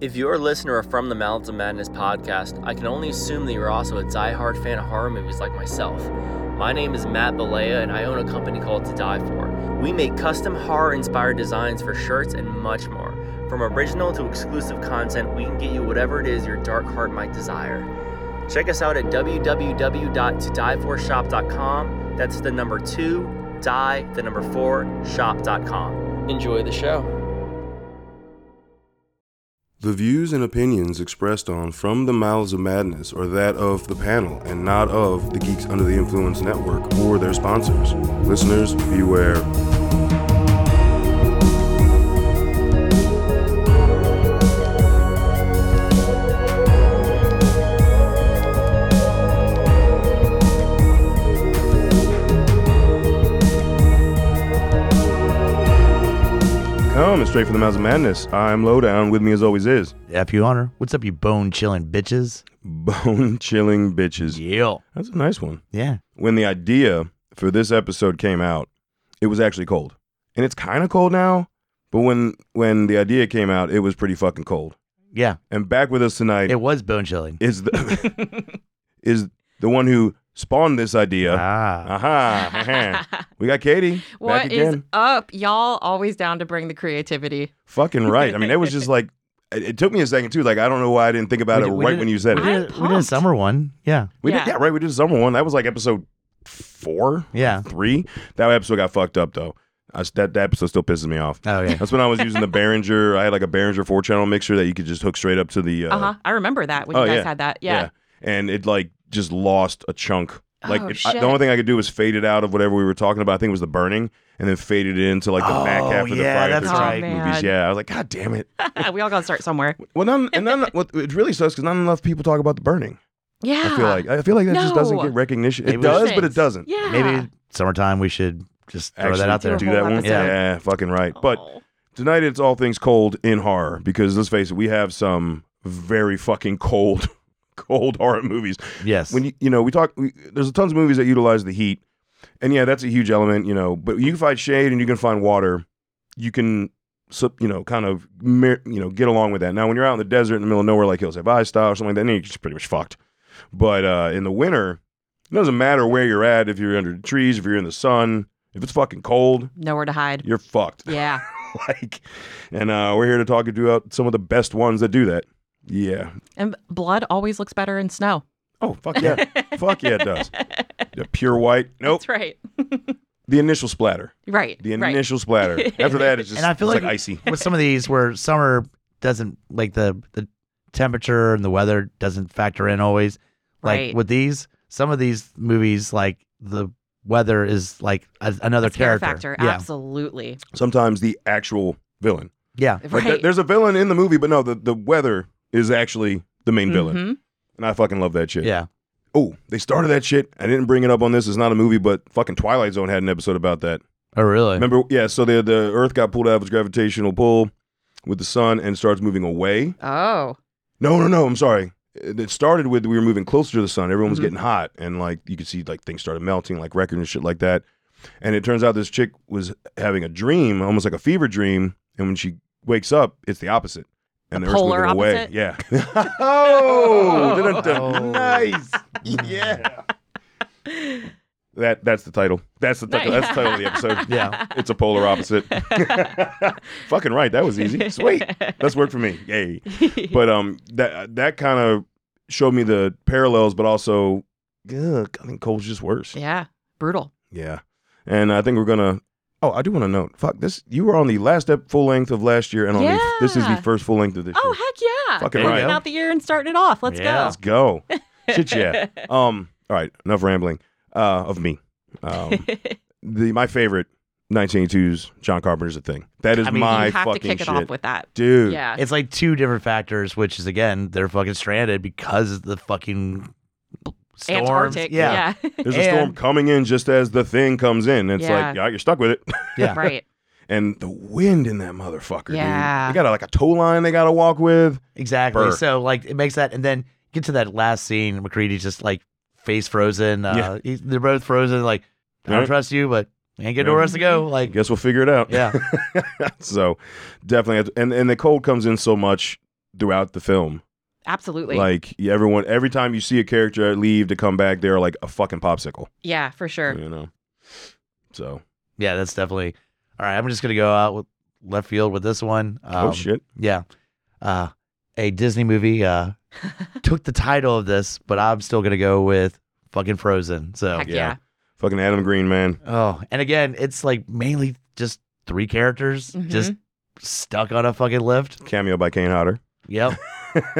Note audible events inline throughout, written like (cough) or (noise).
If you're a listener of From the Mouths of Madness podcast, I can only assume that you're also a diehard fan of horror movies like myself. My name is Matt Balea, and I own a company called To Die For. We make custom horror inspired designs for shirts and much more. From original to exclusive content, we can get you whatever it is your dark heart might desire. Check us out at www.todieforshop.com. That's the number two, die, the number four, shop.com. Enjoy the show. The views and opinions expressed on From the Mouths of Madness are that of the panel and not of the Geeks Under the Influence Network or their sponsors. Listeners, beware. Coming straight from the Mouths of Madness, I'm Lowdown. With me, as always, is (laughs) F you honor. What's up, you bone chilling bitches? Bone Chilling Bitches. Yeah. That's a nice one. Yeah. When the idea for this episode came out, it was actually cold. And it's kind of cold now, but when when the idea came out, it was pretty fucking cold. Yeah. And back with us tonight It was bone chilling. is the (laughs) is the one who spawned this idea. Ah. Aha. (laughs) aha. we got Katie. back What again. is up? Y'all always down to bring the creativity. Fucking right. I mean, it was just like it, it took me a second too. Like I don't know why I didn't think about We it did- we right did- when you said we it. did, I'm we did a pumped. summer one. Yeah. We did, Yeah. yeah, right. We did summer one. That was like episode four, Yeah. three. That episode got fucked up though. I, s- that, that episode still pisses me off. Oh (laughs) yeah. That's when I was using the Behringer. I had like a Behringer four channel mixer that you could just hook straight up to the. Uh, Uh huh. I remember that when oh, you guys yeah. had that. Yeah. And it like just lost a chunk. Like Oh, it, I, the shit. only thing I could do was fade it out of whatever we were talking about. I think it was the burning, and then fade it into like the back Oh, half of the yeah, Friday that's the 13th right. Oh, movies. man. Yeah, I was like, God damn it. (laughs) we all got to start somewhere. Well, none, and none, well, it really sucks because not enough people talk about the burning. Yeah. I feel like I feel like that just doesn't No. get recognition. It Maybe we does, should- but it doesn't. Yeah. Maybe summertime we should just throw Actually, that out there. do Do a that whole one. Yeah. episode. fucking right. But Oh. tonight it's all things cold in horror because let's face it, we have some very fucking cold, (laughs) cold horror movies. Yes. When you you know we talk, we, there's tons of movies that utilize the heat, and yeah, that's a huge element. You know, but you can find shade and you can find water. You can. So, you know, kind of, mer- you know, get along with that. Now, when you're out in the desert in the middle of nowhere, like Hills Have Eyes style or something like that, then you're just pretty much fucked. But uh, in the winter, it doesn't matter where you're at. If you're under the trees, if you're in the sun, if it's fucking cold, Nowhere to hide. you're fucked (laughs) Yeah. like and uh we're here to talk about some of the best ones that do that yeah And blood always looks better in snow. oh fuck (laughs) yeah (laughs) fuck yeah it does the pure white nope That's right. the initial splatter Right. the right. initial splatter after that it's just (laughs) And I feel it's like, like- icy With some of these where summer doesn't like the the temperature and the weather doesn't factor in always. Like Right. with these, some of these movies like the weather is like a, another The scare character. factor. Yeah. Absolutely. sometimes the actual villain Yeah. like there- Right. there's a villain in the movie but no the, the weather is actually the main villain Mhm. and i fucking love that shit Yeah. oh they started that shit i didn't bring it up on this it's not a movie but fucking twilight zone had an episode about that Oh really? remember yeah so the the earth got pulled out of its gravitational pull with the sun and starts moving away Oh. No, no, no. I'm sorry. It it started with we were moving closer to the sun. Everyone was Mhm. getting hot, and like you could see, like things started melting, like records and shit like that. And it turns out this chick was having a dream, almost like a fever dream. And when she wakes up, it's the opposite. And The Earth's polar moving opposite? Yeah. (laughs) oh, dun, dun, (laughs) Oh. dun. nice. Yeah. That that's the title. That's the title. That's the title of the episode. Yeah. It's a polar opposite. (laughs) (laughs) Fucking right. That was easy. Sweet. That's work for me. Yay (laughs) (laughs) but um, that that kind of showed me the parallels, but also, ugh, I think Cole's just worse. Yeah. yeah. Brutal. and I think we're gonna. Oh, I do want to note. Fuck this. You were on the last ep- full length of last year, and on the, this is the Yeah. first full length of this Oh, year. heck yeah. Fucking Closing right. out the year and starting it off. Let's Yeah. Let's (laughs) go. Shit, yeah. go. Um. All right. Enough rambling. Uh, of me. (laughs) Um, the my favorite 1982's John Carpenter's a thing. That is I mean, you my you have to fucking kick shit, it off with that. dude. Yeah. It's like two different factors, which is again they're fucking stranded because of the fucking storms. Antarctic. Yeah, (laughs) There's a And- storm coming in just as the thing comes in. It's Yeah. like, yeah, you're stuck with it. yeah. right. and the wind in that motherfucker, Yeah. dude. They got a, like a tow line they got to walk with. exactly. Burr. So like it makes that, and then get to that last scene. McCready's just like face frozen. Uh, Yeah. he's- they're both frozen. Like I don't Right. trust you, but ain't get Yeah. nowhere else (laughs) to go. I (laughs) Like guess we'll figure it out. yeah, so definitely, and and the cold comes in so much throughout the film. Absolutely. Like yeah, everyone, every time you see a character leave to come back, they're like a fucking popsicle. yeah, for sure. You know. So Yeah, that's definitely. All right, I'm just gonna go out with left field with this one. Um, oh shit. Yeah, uh, a Disney movie (laughs) uh, took the title of this, but I'm still gonna go with fucking Frozen. So Heck yeah. yeah. Fucking Adam Green, man. oh, and again, it's like mainly just three characters Mm-hmm. just stuck on a fucking lift. Cameo by Kane Hodder. (laughs) (laughs) Yep.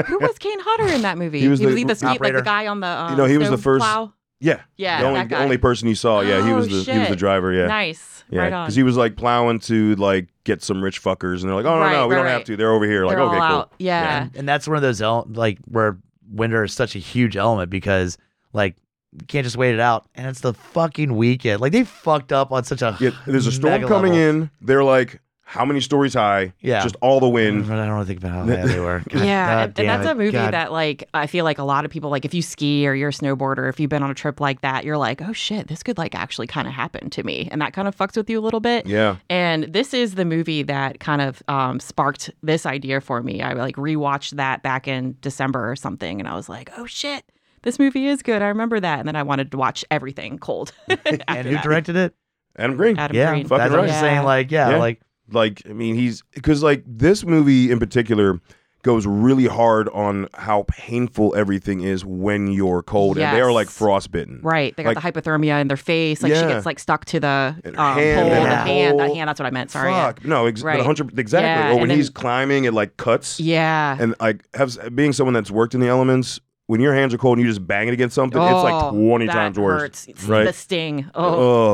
Who was Kane Hodder in that movie? He was the either sweet, like operator. the guy on the. Um, You know, he was the stove first- plow. Yeah. Yeah, the only, that the guy. only person you saw. Yeah, he Oh, was the he was the shit. driver. Yeah. Nice. Yeah, right on. he was like plowing to like get some rich fuckers, and they're like, "Oh no, Right, no, we right, don't have right. to. They're over here." Like, They're all okay, cool. out. Yeah. and, and that's one of those el- like where winter is such a huge element because like you can't just wait it out and it's the fucking weekend like they fucked up on such a Yeah, (sighs) there's a storm mega coming level. in. They're like, "How many stories high?" Yeah. just all the I wind. don't want to think about (laughs) how bad they were. God- yeah, God and- damn and that's it. a movie God. that like I feel like a lot of people like if you ski or you're a snowboarder, if you've been on a trip like that, you're like, oh shit, this could like actually kind of happen to me, and that kind of fucks with you a little bit. Yeah, And this is the movie that kind of um, sparked this idea for me. I like rewatched that back in December or something, and I was like, oh shit, this movie is good. I remember that, and then I wanted to watch everything cold. (laughs) And who directed it? Adam Green. Adam yeah, Green. Fucking that's what I'm right. saying. Like, yeah, Yeah. like Like, I mean, he's because like this movie in particular goes really hard on how painful everything is when you're cold, and they are like Yes. frostbitten. Right, they got Like- the hypothermia in their face. Like she Yeah. gets like stuck to the um, And pole, her hand and the her hand, the whole- hand. That's what I meant. Sorry. yeah. Fuck. No, ex- Right. 100 exactly. Yeah, or and when then- he's climbing, it like cuts. Yeah. and like have being someone that's worked in the elements when your hands are cold and you just bang it against something it's like Oh, 20 that times worse hurts. It's right The sting. Oh.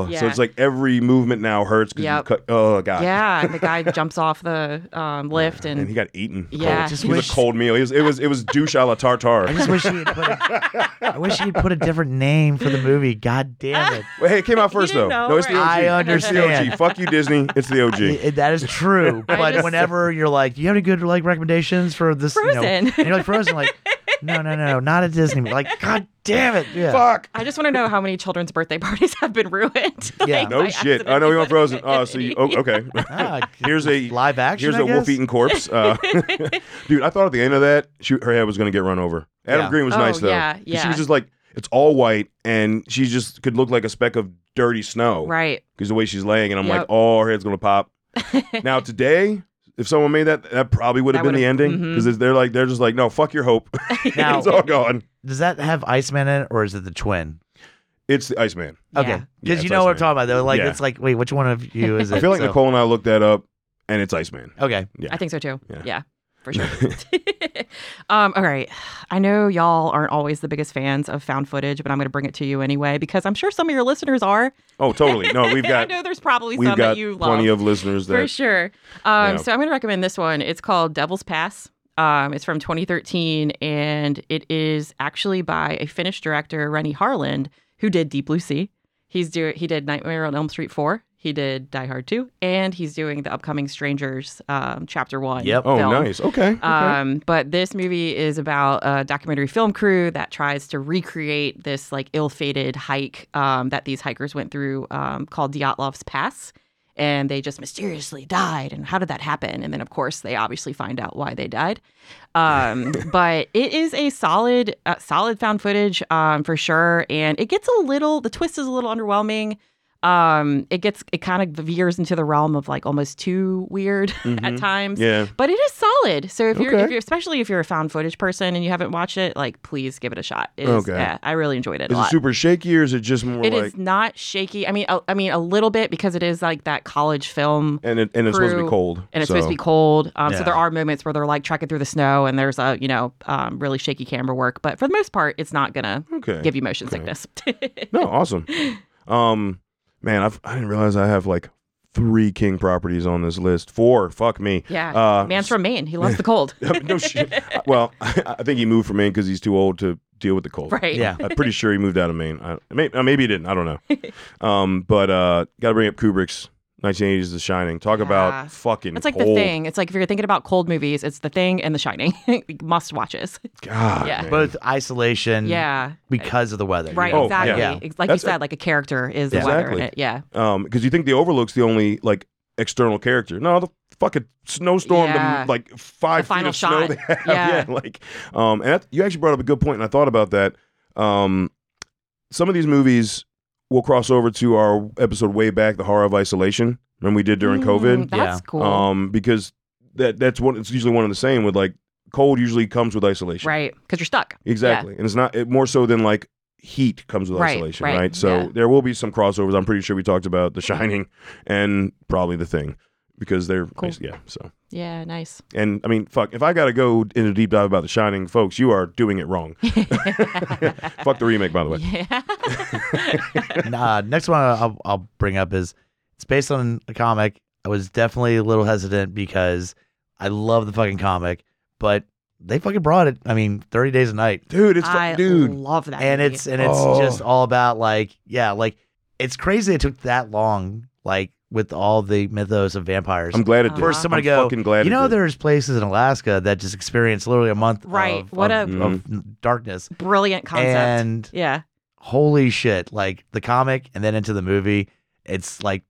oh yeah. so it's like every movement now hurts because Yep. you cut oh god Yeah, the guy (laughs) jumps off the um, lift and he and got eaten cold. Yeah. Just Just he was wish- a cold meal he was, it was it was douche a la I tartar just wish he had put. A, I wish he had put a different name for the movie. God (laughs) damn it! well, hey it came out first didn't though know, no it's the og right? I it's the understand. og fuck you disney it's the og I- that is true, (laughs) I but just- whenever you're like, "Do you have any good like recommendations for this?" You know, Frozen. and you're like Frozen, like, no, no, no, not a Disney. movie. Like, God damn it! Yeah. fuck (laughs) I just want to know how many children's birthday (laughs) parties have been ruined. (laughs) Yeah. Like, no by shit accident. i know you want frozen (laughs) oh so you, oh, (laughs) okay (laughs) Ah, Here's a- live action. Here's I a guess? wolf-eaten corpse, (laughs) uh, dude. I thought at the end of that, she, her head was gonna get run over. Adam Yeah. Green was Oh, nice though. yeah, 'Cause She yeah. was just like it's all white, and she just could look like a speck of dirty snow. Right. Because the way she's laying, and I'm like, Yep. oh, her head's gonna (laughs) pop. now today, if someone made that, that probably would have That been the would've- ending. mhm. Because they're like, they're just like, no, fuck your hope. (laughs) (laughs) Now- it's all gone. Does that have Iceman in it, or is it the twin? It's the Iceman. Okay, Yeah. Yeah, because it's you know what I'm Iceman. talking about. Though, like Yeah. it's like, wait, which one of you is it? I feel like So- Nicole and I looked that up, and it's Iceman. Okay, I think so too. Yeah. Yeah. (laughs) For sure. (laughs) um, all right. I know y'all aren't always the biggest fans of found footage, but I'm going to bring it to you anyway because I'm sure some of your listeners are. Oh, totally. No, we've (laughs) I got know there's probably we've some got that you love. plenty of listeners For that sure. Um, Yeah. So I'm going to recommend this one. It's called Devil's Pass. Um, it's from 2013, and it is actually by a Finnish director, Rennie Harland, who did Deep Blue Sea. He's do he did Nightmare on Elm Street 4. He did Die Hard 2, and he's doing the upcoming Strangers um, Chapter 1. Yep. Oh, film. nice. Okay. okay. Um, but this movie is about a documentary film crew that tries to recreate this like ill-fated hike um, that these hikers went through um, called Dyatlov's Pass, and they just mysteriously died. And how did that happen? And then of course they obviously find out why they died. (laughs) Um, but it is a solid, uh, solid found footage um, for sure, and it gets a little. The twist is a little underwhelming. Um, it gets it kind of veers into the realm of like almost too weird (laughs) at Mhm. times yeah. but it is solid. So if you're, Okay. if you're, especially if you're a found footage person and you haven't watched it, like please give it a shot. It is, Okay. yeah, I really enjoyed Is it a it lot. super shaky or is it just more It is like not shaky. I mean, a, I mean a little bit because it is like that college film. and it, and it's supposed to be crew, cold. And it's so- supposed to be cold, um, Yeah. so there are moments where they're like trekking through the snow, and there's a you know um, really shaky camera work. But for the most part, it's not gonna okay. give you motion Okay. sickness. (laughs) no, awesome. Um, man, I've, I didn't realize I have like three King properties on this list. Four. Fuck me. (laughs) yeah, Uh, man's from Maine. He loves the cold. (laughs) no shit. Well, (laughs) I, think he moved from Maine because he's too old to deal with the (laughs) cold. right. yeah. I'm pretty sure he moved out of Maine. I, may, uh, maybe he didn't. I don't know. Um, but uh, gotta bring up Kubrick's 1980s The Shining. Talk Yeah. about fucking. It's like the cold. thing. It's like if you're thinking about cold movies, it's the thing and The Shining. (laughs) Must watches. God. Yeah. man. both isolation. Yeah. because of the weather. you Right, know? Oh, exactly. yeah. Ex- Like That's you said, like a character is the Yeah. weather in (laughs) Exactly. it. Yeah. um because you think the overlook's the only like external character no the fucking snowstorm Yeah. to like five The feet final of snow. shot. They have. (laughs) Yeah. like um, and that, you actually brought up a good point, and I thought about that. Um, some of these movies will cross over to our episode way back, the horror of isolation, when we did during Mm, COVID. That's Yeah. cool. Um, because that that's one. It's usually one and the same. With like cold, usually comes with isolation. right. Because you're stuck. Exactly. And it's not it, more so than like heat comes with Right, isolation, right? right, So yeah. there will be some crossovers. I'm pretty sure we talked about The Shining and probably The Thing because they're Cool. basi- yeah. So Yeah. Nice. (laughs) and I mean, fuck, if I gotta go in a deep dive about The Shining, folks, you are doing it (laughs) wrong. fuck the remake, by the way. Yeah. (laughs) uh, next one I'll, I'll bring up is it's based on a comic. I was definitely a little hesitant because I love the fucking comic, but they fucking brought it. I mean, Thirty Days a Night, Dude, it's fu- I dude. love that. and movie. it's and it's Oh. just all about like yeah, like it's crazy it took that long, like with all the mythos of vampires. I'm glad it did. For someone I'm to go, fucking glad you it know, did. there's places in Alaska that just experience literally a month Right. of, What of- a- of darkness. brilliant concept. And yeah. holy shit, like the comic and then into the movie, it's like,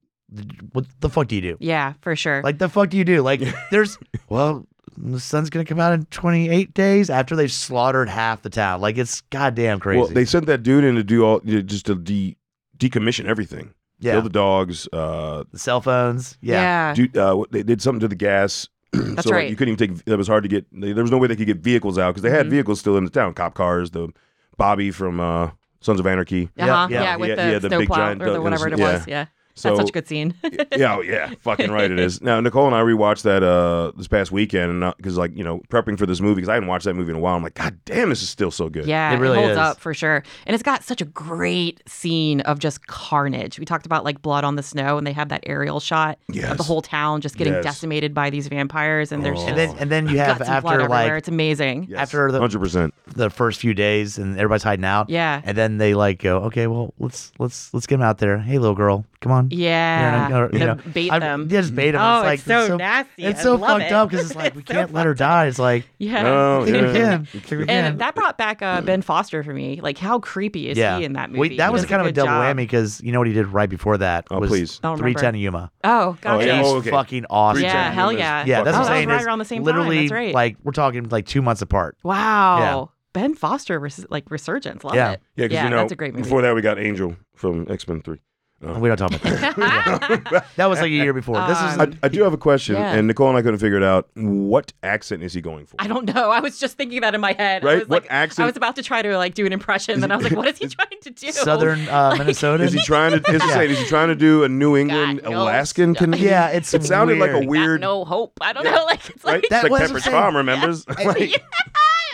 what the fuck do you do? Yeah. For sure. Like, the fuck do you do? (laughs) Like, there's, well, the sun's gonna come out in 28 days after they've slaughtered half the town. Like, it's goddamn crazy. Well, they sent that dude in to do all just to de- decommission everything. yeah, Kill the dogs, uh the cell phones. Yeah, Dude, uh, what- they did something to the gas. (clears throat) so like, right. you couldn't even take. It was hard to get. There was no way they could get vehicles out because they had Mhm. vehicles still in the town. Cop cars. The Bobby from uh, Sons of Anarchy. Yeah, Uh-huh. yeah. Yeah, with Yeah, the yeah, the big snowplow giant or the duck- whatever it yeah. was. Yeah. So That's such a good scene. yeah, oh, yeah, fucking right it is. Now Nicole and I rewatched that uh, this past weekend, and because like you know prepping for this movie because I hadn't watched that movie in a while. I'm like, God damn, this is still so good. Yeah, It it really holds is. up for sure. And it's got such a great scene of just carnage. We talked about like blood on the snow, and they have that aerial shot Yes. of the whole town just getting Yes. decimated by these vampires. And there's Oh. just and then and then you have guts and blood after everywhere. like it's amazing. Yeah. after the- hundred percent. the first few days and everybody's hiding out. Yeah. And then they like go, okay, well, let's let's let's get them out there. Hey, little girl, come on. You're not- you know, The- bait I- them. Yeah, just bait them. Oh, it's, like, it's so nasty. It's I so love fucked it. up because it's (laughs) like we It's so can't let her die. It's like Yeah. No, think (laughs) we Oh, yeah. Mm. can. Think we And can. that brought back uh, Ben Foster for me. Like, how creepy is he in that movie? Wait, He that was does kind of a good double job. whammy because you know what he did right before that Oh, was please. I don't remember. 310 Yuma. Oh, gotcha. yeah. He's Oh, okay. fucking awesome. Yeah, 310 hell Yuma's yeah. Yeah, fucking that's what I'm Oh, that was saying. right is around the same time. literally, That's right. like we're talking like two months apart. Wow. Ben Foster res- like resurgence. Love Yeah. it. Yeah, because you know that's a great movie. before that we got Angel from X Men (laughs) Three. And we don't talk about that. that was like a year before. This is Uh, (laughs) I, I do have a question, Yeah. and Nicole and I couldn't figure it out. What accent is he going for? I don't know. I was just thinking that in my head. Right? I was What like, accent- I was about to try to like do an impression, then I was like, what (laughs) is he trying to do? southern uh, (laughs) Minnesota. Is he trying to? Is he Yeah. saying? Is he trying to do a New England God, no. Alaskan? Can, (laughs) yeah, it's it sounded like a weird. weird. Got no hope. I don't Yeah. know. Like it's right? like It's That like was Pepperidge what I'm Farm, remembers? Like, (laughs) yeah, it (laughs)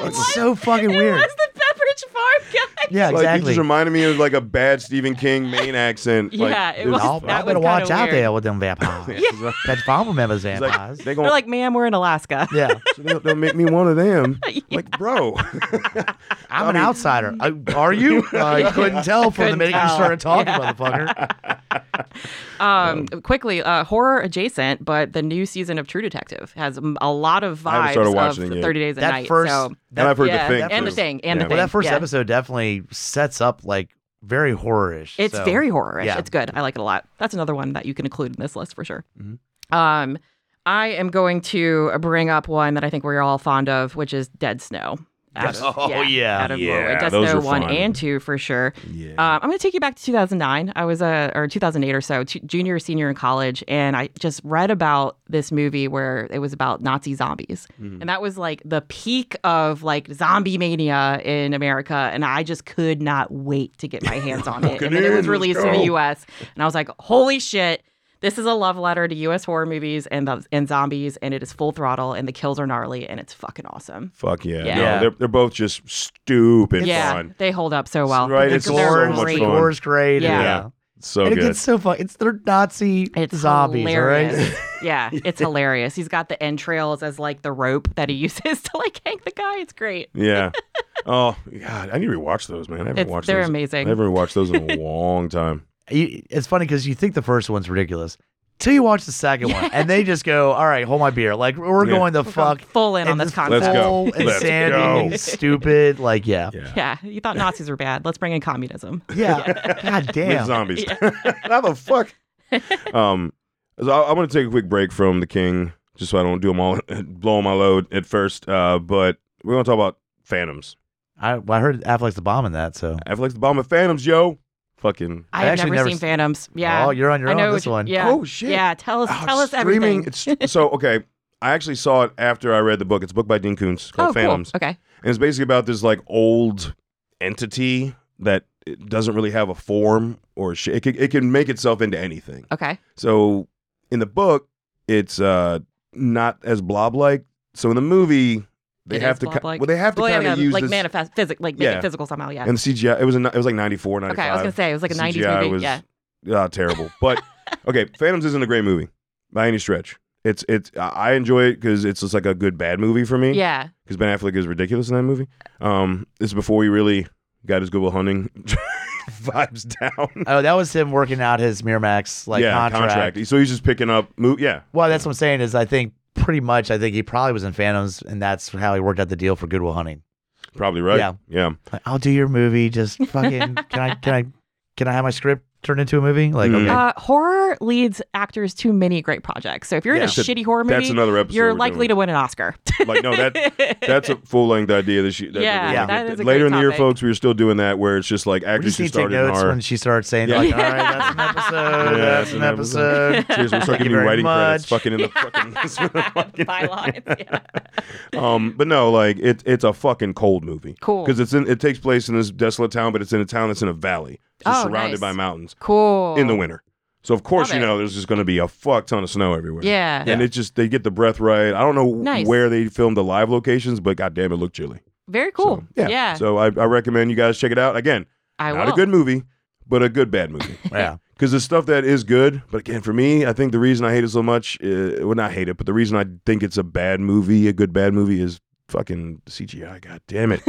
It's was. so fucking it weird. was the Pepperidge Farm guy. Yeah, like, it exactly. just reminded me of like a bad Stephen King Maine accent. Like, Yeah, it was- Y'all, that y'all better was watch kinda out weird. there with them (laughs) vampires. It's like- That farm remembers it's like, vampires. they They're going. like, ma'am, we're in Alaska. yeah, (laughs) They'll, they'll make me one of (laughs) them. Like, bro. I'm I an mean- (laughs) outsider. I, are you? I couldn't tell from the Couldn't minute you tell. started talking, (laughs) motherfucker. Um, quickly, uh, horror adjacent, but the new season of True Detective has mm, a lot of I haven't vibes started of watching it yet. 30 Days a That Night. first, so, that, and I've heard yeah, the thing. and the too. thing, and Yeah. the well, thing. that first yeah. episode definitely sets up like very horror-ish. It's so- very horrorish. yeah. It's good. I like it a lot. That's another one that you can include in this list for sure. Mm-hmm. Um, I am going to bring up one that I think we're all fond of, which is Dead Snow. Out of- Oh, yeah. out of Yeah, Norway. Dead those Snow are one fun. and two for sure. Yeah. Um, I'm going to take you back to 2009. I was a or 2008 or so, t- junior or senior in college, and I just read about this movie where it was about Nazi zombies, Mm-hmm. and that was like the peak of like zombie mania in America, and I just could not wait to get my (laughs) hands on it. and then it in, was let's released in the go. U.S., and I was like, holy shit. This is a love letter to U.S. horror movies and the, and zombies, and it is full throttle, and the kills are gnarly, and it's fucking awesome. Fuck yeah. Yeah. No, they're, they're both just stupid yeah, fun. they hold up so well. Right, The it's kills are so much great. fun. gore is great. Yeah. Yeah. Yeah. So and uh, it good. gets so fun. It's they're Nazi It's zombies, all right? hilarious. (laughs) yeah, it's hilarious. He's got the entrails as like the rope that he (laughs) uses to like hang the guy. It's great. (laughs) Yeah. Oh God, I need to rewatch those, man. I haven't It's- watched they're those. amazing. I haven't rewatched those (laughs) in a long time. You- It's funny because you think the first one's ridiculous till you watch the second one, and they just go, "All right, hold my beer." Like we're Yeah. going the fuck full in on this concept. Let's go. full Let's insanity, go. stupid. Like yeah, Yeah. Yeah, you thought Nazis were bad. Let's bring in communism. (laughs) yeah. God With damn. zombies. (laughs) (laughs) How the fuck? um, so I, am going to take a quick break from The King just so I don't do them all, (laughs) blow my load at first. Uh, but we're gonna talk about Phantoms. I, well, I heard Affleck's the bomb in that, so Affleck's the bomb of Phantoms, yo. Fucking I have actually never, never seen s- Phantoms. Yeah. Oh, you're on your I own know on this what one. you- Yeah. oh shit. Yeah. Tell us. Oh, tell us streaming. everything. It's so okay. I actually saw it after I read the book. It's a book by Dean Koontz called oh, Phantoms, cool. Okay. and it's basically about this like old entity that it doesn't really have a form or sh- it can, it can make itself into anything. Okay. So in the book, it's uh not as blob like. So in the movie, they It have is to ki- blob-like. well they have to Well, yeah, kind of yeah, use like this manifest physic, like make Yeah. it physical somehow. Yeah. and the CGI. It was a, ni- it was like 94, 95. Okay. I was gonna say it was like a '90s CGI movie. was- yeah. ah, terrible. (laughs) But okay, Phantoms isn't a great movie by any stretch. It's it's I I enjoy it because it's just like a good bad movie for me. Yeah. because Ben Affleck is ridiculous in that movie. Um, this is before he really got his Google Hunting (laughs) vibes down. Oh, that was him working out his Miramax like yeah, contract. So he's just picking up. Mo- yeah, Well, that's what I'm saying is I think pretty much I think he probably was in Phantoms, and that's how he worked out the deal for Goodwill Hunting. probably right. Yeah. yeah. Like, I'll do your movie. (laughs) Just fucking can I can I can I have my script turned into a movie? Like Mm. okay, Uh, horror leads actors to many great projects. So if you're Yeah. in a That's a- shitty horror That's movie, another episode. you're likely to win an Oscar. to like no Oh, (laughs) that that's a (laughs) full length idea. That she, that- Yeah, we're gonna that get is a later great in the year, topic. folks. We were still doing that where it's just like we actors just who need to take started in notes horror. when she starts saying Yeah. like, "All right, (laughs) that's an episode. Yeah, that's an (laughs) episode." Seriously, (laughs) we'll start Thank you giving you very writing credits. much. Fucking in the fucking. (laughs) The bylines, (laughs) yeah. um, but no, like it, it's a fucking cold movie. Cool. because it's in it takes place in this desolate town, but it's in a town that's in a valley, so Oh, surrounded nice. by mountains Cool. in the winter. So of course Love you it. know there's just going to be a fuck ton of snow everywhere. Yeah. and it just they get the breath right. I don't know Nice. where they filmed the live locations, but goddamn, it looked chilly. Very cool. So, yeah. So I, I recommend you guys check it out. Again, I not will. a (laughs) good movie, but a good bad movie. yeah, Because the stuff that is good, but again, for me, I think the reason I hate it so much, uh, well, not hate it, but the reason I think it's a bad movie, a good bad movie, is fucking CGI. God damn it.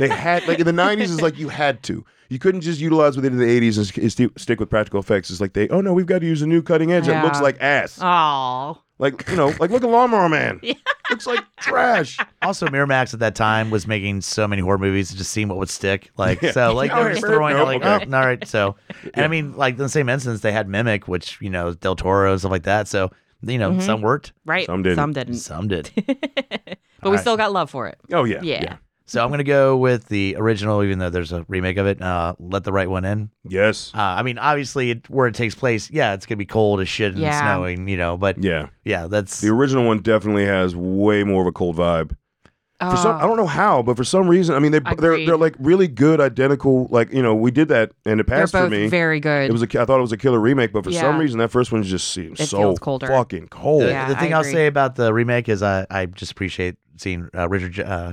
they had, like, in the 90s, it's like you had to. You couldn't just utilize what they did in the 80s and st- st- stick with practical effects. It's like they, oh no, we've got to use a new cutting edge that looks Yeah. like ass. Oh. like, you know, like look at Lawnmower Man. (laughs) Yeah. Looks like trash. Also, Miramax at that time was making so many horror movies, just seeing what would stick. Like Yeah. so, like All they're right, just Mer- throwing nope, out, like, okay. oh, all right. So, and I mean, like in the same instance, they had Mimic, which you know Del Toro stuff like that. So you know, Mhm. some worked, Right. Some didn't. Some didn't. some did. (laughs) but All we right. still got love for it. Oh, yeah. Yeah. So I'm gonna go with the original, even though there's a remake of it. Uh, Let the Right One In. Yes. Uh, I mean, obviously, it, where it takes place, yeah, it's gonna be cold as shit and Yeah. snowing, you know. But Yeah. yeah, that's The original one definitely has way more of a cold vibe. For some, I Oh. don't know how, but for some reason, I mean, they they're Agreed. they're like really good, identical. Like you know, we did that, and it They're passed for both me. very good. it was a, I thought it was a killer remake, but for some Yeah. reason, that first one just seems It so feels colder. fucking cold. the, Yeah, the I thing I'll agree. say about the remake is I, I just appreciate seeing uh, Richard J- uh,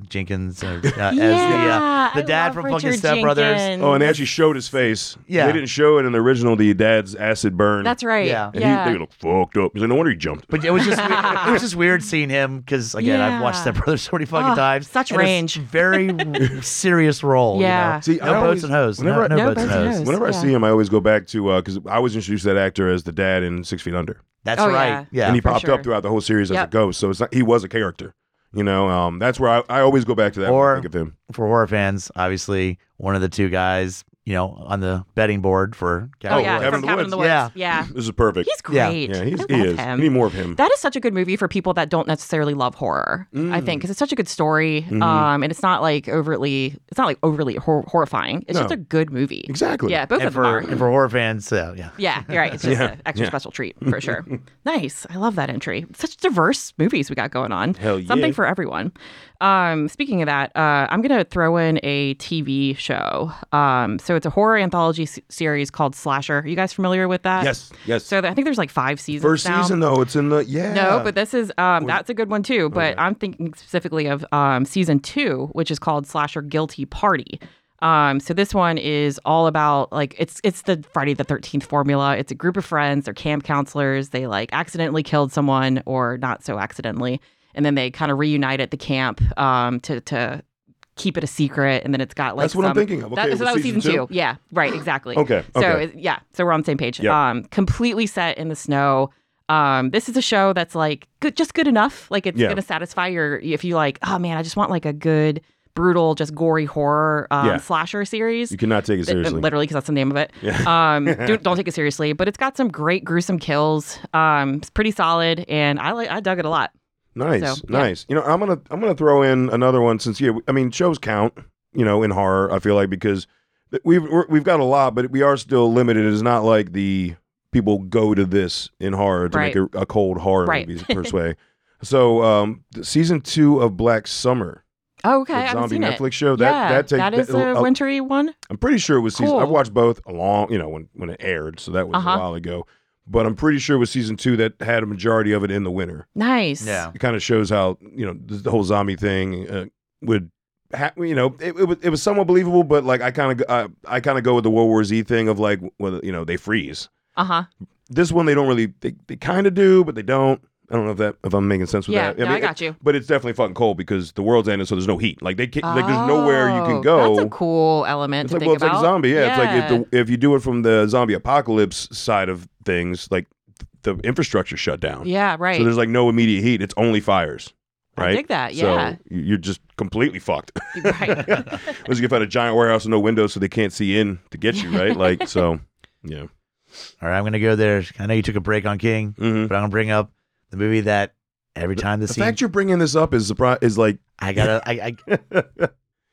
(laughs) Jenkins uh, uh, as the. Uh, yeah, the I dad love from fucking Richard Step Brothers. Jenkins. Oh, and they actually showed his face. Yeah. they didn't show it in the original. The dad's acid burn. That's right. Yeah. Yeah. and He, they look fucked up. He's like, no wonder he jumped. But it was just weird, (laughs) it was just weird seeing him because again I've watched Yeah. Step Brothers (laughs) so many fucking Oh, times. such and it's range. very (laughs) r- serious role. Yeah. you know? See, I no boats always- and hose. No, whenever I- no No boats and boats and hose. hose. Whenever I yeah. see him, I always go back to because I was introduced to that actor as the dad in Six Feet Under, That's Oh, right. yeah. Yeah, and he for popped sure. up throughout the whole series as a Yep. ghost. So it's not he was a character. You know, um, that's where I, I always go back to that. Or- when I think of him. for horror fans, obviously one of the two guys, you know, on the betting board for. Oh, Cowboy. yeah. Cabin in from the Cabin in the Woods. Woods. Yeah. Yeah. This is perfect. He's Yeah. great. Yeah, I he's, love he is. him. We need more of him. That is such a good movie for people that don't necessarily love horror. I Mm. think because it's such a good story, Mhm. um, and it's not like overtly, it's not like overly hor- horrifying. It's just No. a good movie. exactly. Yeah, both And of them for are. and for horror fans, uh, yeah. Yeah, you're right. It's just Yeah, an extra yeah. special treat (laughs) for sure. nice. I love that entry. Such diverse movies we got going on. Hell yeah. Something for everyone. Um, speaking of that, uh, I'm going to throw in a TV show. Um, so it's a horror anthology s- series called Slasher. Are you guys familiar with that? Yes. Yes. So th- I think there's like five seasons. First now. season though, it's in the yeah. No, but this is um, that's a good one too. But I'm thinking specifically of um, season two, which is called Slasher Guilty Party. Um, so this one is all about like it's it's the Friday the Thirteenth formula. It's a group of friends. They're camp counselors. They like accidentally killed someone or not so accidentally, and then they kind of reunite at the camp um, to to keep it a secret. And then it's got like that's what I'm some- thinking of. Okay, that, it so that was season, two. Yeah, right, exactly. Okay. So okay. it- yeah, so we're on the same page. Yep. Um, completely set in the snow. Um, this is a show that's like good, just good enough. Like it's Yeah. gonna satisfy your if you like. Oh man, I just want like a good brutal, just gory horror um, Yeah. slasher series. You cannot take it Th- seriously. Literally, because that's the name of it. Yeah. (laughs) (laughs) Um, don't, don't take it seriously, but it's got some great gruesome kills. Um, it's pretty solid, and I like I dug it a lot. Nice, So, yeah. nice. You know, I'm gonna I'm gonna throw in another one since yeah, I mean shows count. You know, in horror, I feel like because th- we've we're, we've got a lot, but we are still limited. It's not like the people go to this in horror to make a, a cold horror Right. movie (laughs) per se. So, um, th- season two of Black Summer, Oh, okay, I the haven't zombie seen Netflix it. show. That yeah, that take, that is that- a uh, wintry one. I'm pretty sure it was season. Cool. I watched both a long, you know, when when it aired, so that was Uh-huh. a while ago. But I'm pretty sure it was season two that had a majority of it in the winter Nice. Yeah. it kind of shows how you know the, the whole zombie thing uh, would ha- you know it, it was it was somewhat believable but like i kind of i, I kind of go with the world war z thing of like well you know they freeze Uh huh. this one they don't really they, they kind of do but they don't i don't know if that if i'm making sense with Yeah, that no, I, mean, got you. but it's definitely fucking cold because the world's ended so there's no heat like they can't like there's nowhere you can go Oh, That's a cool element it's to like think well, it's about. like a zombie. Yeah, it's like if, the, if you do it from the zombie apocalypse side of things, like the infrastructure shut down. yeah, right. So there's like no immediate heat. It's only fires. Right. I dig that. Yeah, So you- you're just completely fucked. (laughs) (laughs) right. Unless you can find a giant warehouse with no windows so they can't see in to get you, right? Like, (laughs) so, yeah. All right, I'm gonna go there. I know you took a break on King, Mm-hmm. but I'm gonna bring up the movie that every time the, The scene, fact you're bringing this up is surprise. Is like, I gotta, I, I, (laughs)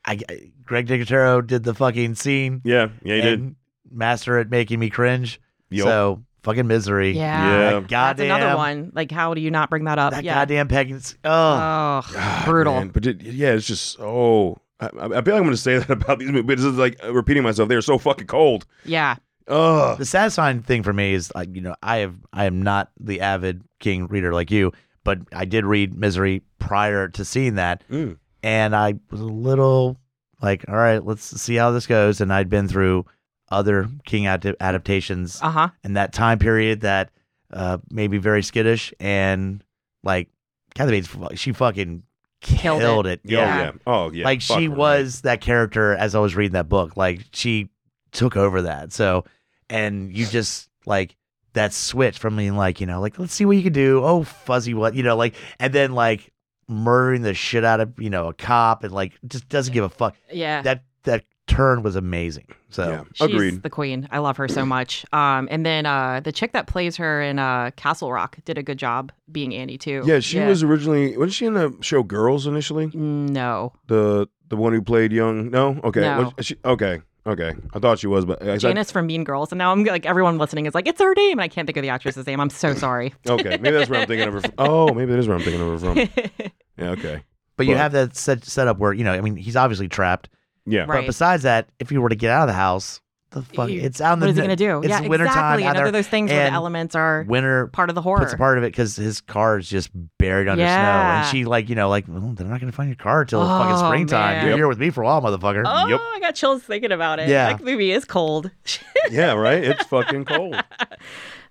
I, Greg Nicotero did the fucking scene yeah, yeah, you did. and master at making me cringe. Yup. So fucking misery. Yeah. Yeah. That That's goddamn, another one. Like, how do you not bring that up? That yeah. goddamn pegging. Oh, oh, Ah, brutal. man. But it, yeah, it's just so. I, I feel like I'm going to say (laughs) that about these movies, but this is like repeating myself. They're so fucking cold. Yeah. Ugh. the satisfying thing for me is like you know I have I am not the avid King reader like you, but I did read Misery prior to seeing that, Mm. and I was a little like, all right, let's see how this goes. And I'd been through other King ad- adaptations Uh huh. in that time period that uh, made me very skittish and like Kathy Bates, fu- she fucking Killed killed, it. Oh, it. yeah. Oh, yeah. like Fuck she her. was that character as I was reading that book. Like she took over that. So, and you just like that switch from being like, you know, like let's see what you can do. Oh, fuzzy, what you know, like, and then like murdering the shit out of you know a cop and like just doesn't give a fuck. Yeah. That that turn was amazing. So Yeah. She's Agreed. the queen. I love her so much. Um, and then uh, the chick that plays her in uh, Castle Rock did a good job being Annie too. Yeah, she was originally. Wasn't she in the show Girls initially? No, The the one who played young. No. Okay. No. Was she- okay. Okay. I thought she was, but I said- Janice from Mean Girls, and now I'm like everyone listening is like, it's her name, and I can't think of the actress's name. I'm so sorry. okay, maybe that's where I'm thinking of her. (laughs) From. Oh, maybe that is where I'm thinking of her from. Yeah. Okay. But you But- have that set setup where you know, I mean, he's obviously trapped. Yeah. Right. But besides that, if you were to get out of the house, the fuck, You- it's out in the what is he n- gonna do? It's yeah, wintertime exactly. out Another there. of those things where and the elements are Winter part of the horror. puts a part of it because his car is just buried under snow, and Yeah. she like you know like well, they're not gonna find your car till Oh, fucking springtime. man. You're Yep. here with me for a while, motherfucker. oh, I got chills thinking about it. Yeah. that movie is cold. (laughs) Yeah. Right. It's fucking cold.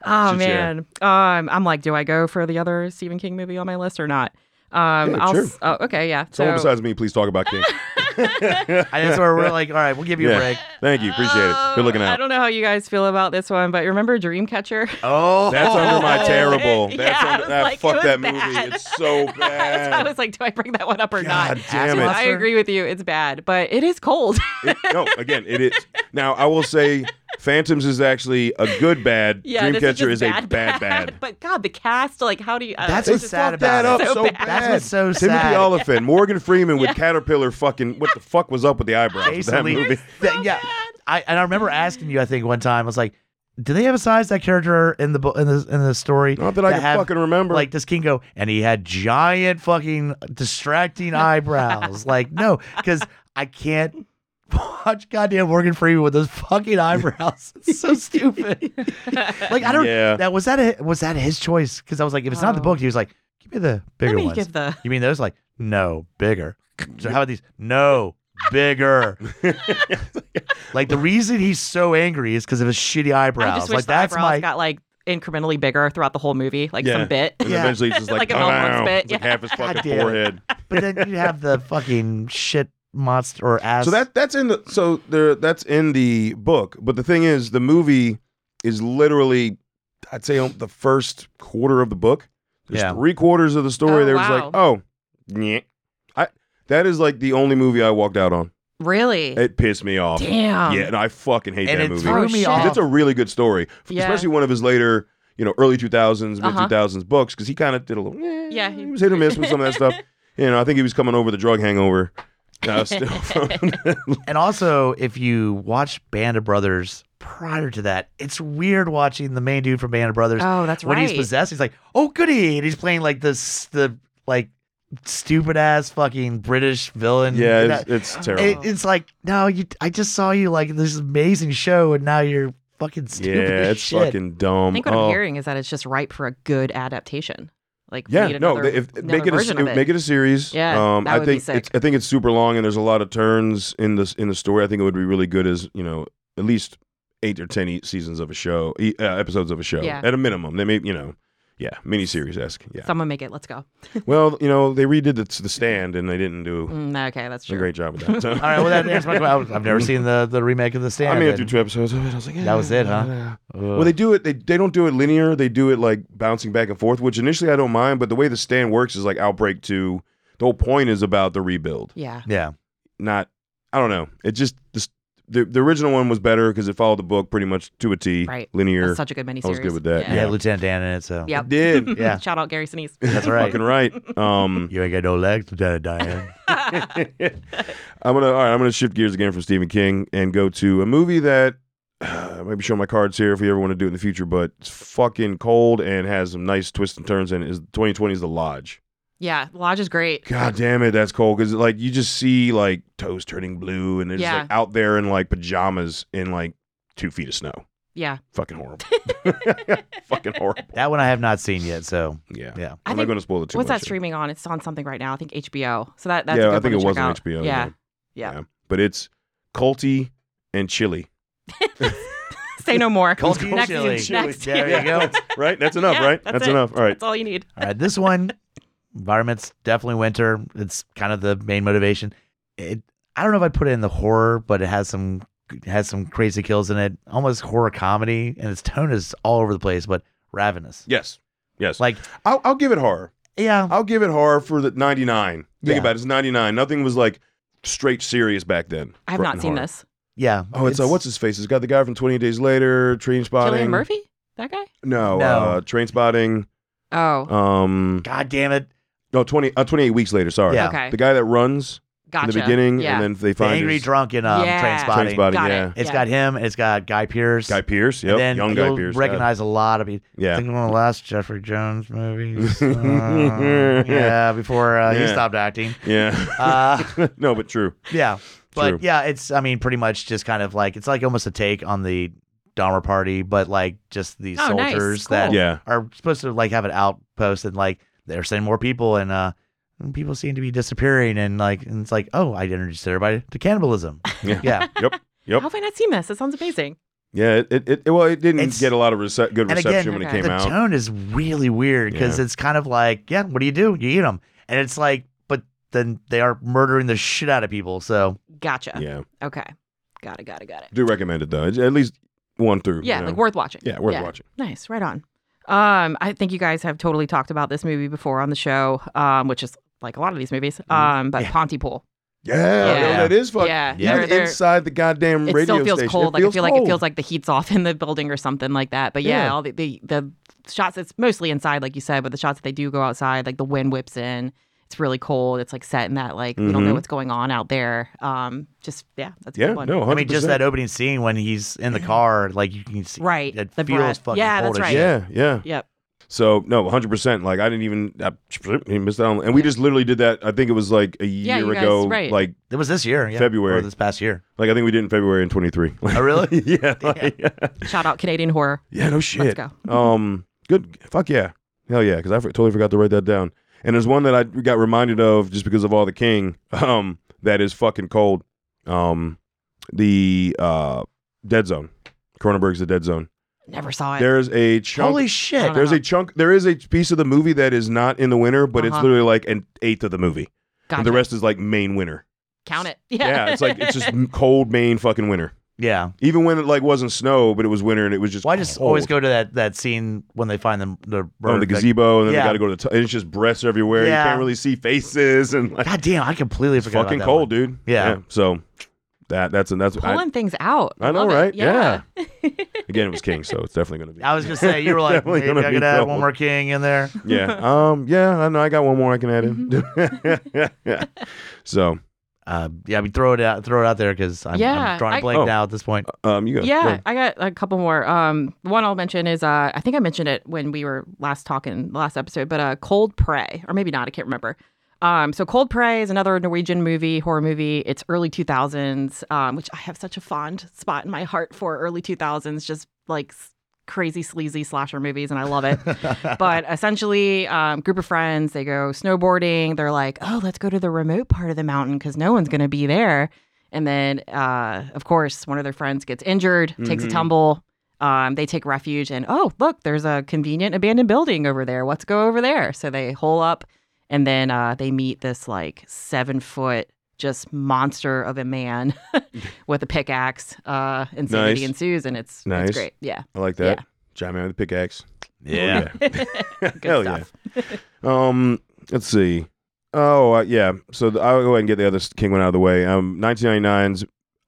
Oh Shoot, yeah. man, um, I'm like, do I go for the other Stephen King movie on my list or not? Um, Yeah, I'll sure. s- oh, okay, yeah. Someone so, besides me, please talk about (laughs) King. And that's where we're like, all right, we'll give you Yeah. a break. Thank you. Appreciate it. Good looking Um, I out. don't know how you guys feel about this one, but remember Dreamcatcher? (laughs) Oh, That's under my terrible. Yeah, That's I under, was ah, like, it fuck was that bad. movie. It's (laughs) so I bad. was like, do I bring that one up or God not? damn So it. I agree with you. It's bad, but it is cold. (laughs) It- no, again, it is. Now, I will say, Phantoms is actually a good bad. yeah, this Dreamcatcher is, is, just a bad bad. (laughs) But God, the cast, like, how do you? I don't That's know, They what's it's just- sad fucked about that up it. So so, (laughs) bad. bad. Oh. That's what's so sad. Timothy Oliphant, Morgan Freeman with caterpillar fucking what the fuck was up with the eyebrows with Jason that Lee. movie? That- yeah, I and I remember asking you, I think one time, I was like, do they emphasize that character in the book in the in the story? Not that I can have- fucking remember. Like this king go, and he had giant fucking distracting (laughs) eyebrows. like no, because I can't (laughs) watch goddamn Morgan Freeman with those fucking eyebrows. (laughs) It's so stupid. like I don't. (laughs) Yeah. That was that. A, was that his choice? Because I was like, if it's not the Oh. book, he was like, give me the Let bigger me ones. give the. you mean those? Like no, bigger. So how about these? No. (laughs) Bigger, like the reason he's so angry is because of his shitty eyebrows. I just wish like the that's eyebrows my got like incrementally bigger throughout the whole movie, like Yeah. some bit. and Yeah. eventually it's just like, Like an old one's "Pow." bit, It's like yeah. half his God fucking damn it. forehead. But then you have (laughs) the fucking shit monster or ass. So that that's in the so there that's in the book. But the thing is, the movie is literally, I'd say, on the first quarter of the book. There's Yeah. three quarters of the story. Oh, there's wow. like, oh, yeah. I That is like the only movie I walked out on. (laughs) Really? It pissed me off. Damn. Yeah, and I fucking hate and that it movie. threw Oh, me shit. off. That's a really good story, F- Yeah. especially one of his later, you know, early 2000s, mid Uh-huh. 2000s books, because he kind of did a little, eh, Yeah, he, he- was hit or miss with (laughs) some of that stuff. You know, I think he was coming over the drug hangover. Uh, still (laughs) from- And also, if you watch Band of Brothers prior to that, it's weird watching the main dude from Band of Brothers Oh, that's when right. he's possessed. He's like, "Oh goody!" and he's playing like this the like stupid ass fucking British villain. And yeah, it's, that- (gasps) it's it- terrible. it's like, no, you. I just saw you like in this amazing show, and now you're fucking stupid. yeah, as it's shit. fucking I dumb. think what Oh. I'm hearing is that it's just ripe for a good adaptation. Like, we Yeah, need no, another, they- if, another make it, a, version of it. make it a series. Yeah, um, that I would be think sick. It's, I think it's super long, and there's a lot of turns in this in the story. I think it would be really good as you know at least eight or ten e- seasons of a show, e- uh, episodes of a show Yeah. at a minimum. They may you know, yeah, miniseries esque. (laughs) Yeah. Someone make it. Let's go. well, you know, they redid the, the stand, and they didn't do Mm, okay, that's a true. great job with (laughs) that. So. All right, well (laughs) that answers my question. I've never seen the the remake of The Stand. I made it and- through two episodes of it. I was like, That was it, huh? yeah. Ugh. Well, they do it. They, they don't do it linear. They do it like bouncing back and forth, which initially I don't mind. But the way the stand works is like Outbreak Two. The whole point is about the rebuild, Yeah. yeah, not. I don't know. It just this, the the original one was better because it followed the book pretty much to a T, Right. linear. That's such a good miniseries. I was good with that, yeah, yeah. Lieutenant Dan in it. So Yep. (laughs) It did. Yeah. Shout out Gary Sinise. (laughs) That's right. Fucking right. (laughs) Um, (laughs) you ain't got no legs, Lieutenant Dan. I'm gonna all right. I'm gonna shift gears again from Stephen King and go to a movie that (sighs) uh, maybe show my cards here if you ever want to do it in the future. But it's fucking cold and has some nice twists and turns. And is 2020 is The Lodge. (laughs) yeah. Lodge is great. God damn it, that's cold because like you just see like toes turning blue and they're just Yeah. like out there in like pajamas in like two feet of snow. Yeah. Fucking (laughs) horrible. (laughs) Fucking horrible. that one I have not seen yet. So Yeah. yeah. I I'm not think- going to spoil it too What's much. that streaming on? It's on something right now. I think HBO. So that that's a yeah, good I think one it to was check on out. HBO. Yeah. yeah. Yeah. But it's culty and chilly. (laughs) Say no more. Cold next, chili. next. There you go. (laughs) Right? That's enough, Yeah, right? that's That's, it. enough. All right. (laughs) That's all you need. All right, this one environment's definitely winter. It's kind of the main motivation. It I don't know if I'd put it in the horror, but it has some it has some crazy kills in it. Almost horror comedy, and its tone is all over the place, but ravenous. Yes. Yes. Like I'll, I'll give it horror. yeah, I'll give it horror for the 99. Think Yeah. about it. It's 99. Nothing was like straight serious back then. I have for- not in seen horror. this. yeah. Oh, it's, uh, what's his face? It's got the guy from Twenty Eight Days Later, Train Spotting. Killian Murphy? That guy? No, No. Uh, Train Spotting. Oh, Um, God damn it! no, twenty uh, 28 weeks later. Sorry, yeah. okay. the guy that runs Gotcha. in the beginning, yeah. and then they The find angry his, drunk in um, Yeah. train Train spotting. Spotting. Got it. Yeah, It's Yeah. got him, and it's got Guy Pierce. Guy Pierce. Yep, and then young Guy you'll Pierce. recognize a lot of people. I Yeah. think one of the last Jeffrey (laughs) Jones movies. Uh, yeah, before uh, he Yeah. stopped acting. Yeah. (laughs) Uh, no, but true. yeah, but True. yeah, it's I mean pretty much just kind of like it's like almost a take on the Dahmer party, but like just these Oh, nice. soldiers Cool. that Yeah. are supposed to like have an outpost and like they're sending more people and uh and people seem to be disappearing and like and it's like oh I introduced everybody (laughs) to cannibalism Yeah. yeah Yep. How have I not seen this? It sounds amazing. Yeah. It, it, it well, it didn't It's- get a lot of rece- good and reception again, when it okay. came the out. tone is really weird because it's kind of like yeah what do you do you eat them and it's like but then they are murdering the shit out of people so Gotcha. yeah. Okay. Got it, got it, got it. Do recommend it though. It's At least one through. Yeah, you know. like worth watching. Yeah, worth watching. Nice, right on. Um, I think you guys have totally talked about this movie before on the show, um, which is like a lot of these movies. Mm-hmm. Um, but Yeah. Pontypool. Pontypool, Yeah. Yeah. no, that is fucking. yeah, Yeah. You're they're- they're- inside the goddamn it radio still feels station. cold. It like feels I feel like cold. it feels like the heat's off in the building or something like that. But yeah, Yeah. all the, the the shots. It's mostly inside, like you said, but the shots that they do go outside, like the wind whips in. It's really cold. It's like set in that like we don't Mhm. know what's going on out there. Um, just yeah, that's a Yeah. good one. No. 100%. I mean just that uh, opening scene when he's in the car like you can see right. It the feels breath. fucking yeah, cold that's as right. shit. Yeah. Yeah. Yep. So no, 100. percent Like I didn't even I missed out, on, and we just literally did that. I think it was like a year Yeah, you guys- ago. right. Like It was this year, yeah. February. or this past year. like I think we did in February in (laughs) (laughs) 23. Oh, really? yeah, (laughs) like- yeah. Shout out Canadian horror. No shit. Let's Um. Good. Fuck yeah. Hell yeah. Because I for- totally forgot to write that down. And there's one that I got reminded of just because of all the King. (laughs) Um. That is fucking cold. Um. The uh Dead Zone. Cronenberg's The Dead Zone. (laughs) Never saw it. There's a chunk. Holy shit! don't There's know. a chunk. There is a piece of the movie that is not in the winter, but it's Uh-huh. literally like an eighth of the movie, (laughs) gotcha. and the rest is like main winter. Count it. (laughs) Yeah, it's like it's just m- cold main fucking winter. Yeah. Even when it like wasn't snow, but it was winter and it was just. Well, I just cold. always go to that that scene when they find them the on bird, Oh. the like, gazebo, and then Yeah. they got to go to the. T- and it's just breasts everywhere. Yeah. You can't really see faces, and like, God damn, I completely it's forgot. about fucking that cold, one. dude. Yeah. So that that's and that's I, Pulling things out. I know, Love it. right? Yeah. again, it was King, so it's definitely gonna be. I was gonna say (laughs) you were like, Definitely maybe gonna I could be add cold. one more king in (laughs) there. (laughs) yeah. Um. Yeah. I know. I got one more I can add in. Mm-hmm. (laughs) so, Uh, yeah, I mean, throw it out, throw it out there because I'm, Yeah, I'm drawing a I- blank Oh. now at this point. um, you go. yeah, go. I got a couple more. Um, one I'll mention is uh, I think I mentioned it when we were last talking last episode, but uh, Cold Prey, or maybe not, I can't remember. Um, so Cold Prey is another Norwegian movie, horror movie. It's early 2000s, um, which I have such a fond spot in my heart for early 2000s, just like s- crazy sleazy slasher movies, and I love it. but essentially, um, group of friends, they go snowboarding. They're like, oh, let's go to the remote part of the mountain because no one's going to be there. And then, uh, of course, one of their friends gets injured, takes a Mhm. tumble. Um, they take refuge, and oh, look, there's a convenient abandoned building over there. Let's go over there. So they hole up, and then uh, they meet this like seven foot just monster of a man (laughs) with a pickaxe. Uh, insanity Nice. ensues, and it's Nice. it's great. Yeah, (laughs) I like that. Giant man with the pickaxe. (laughs) Oh, yeah. good (laughs) Hell stuff. yeah. Um, let's see. Oh, uh, yeah. So th- I'll go ahead and get the other s- King one out of the way. Um, 1999's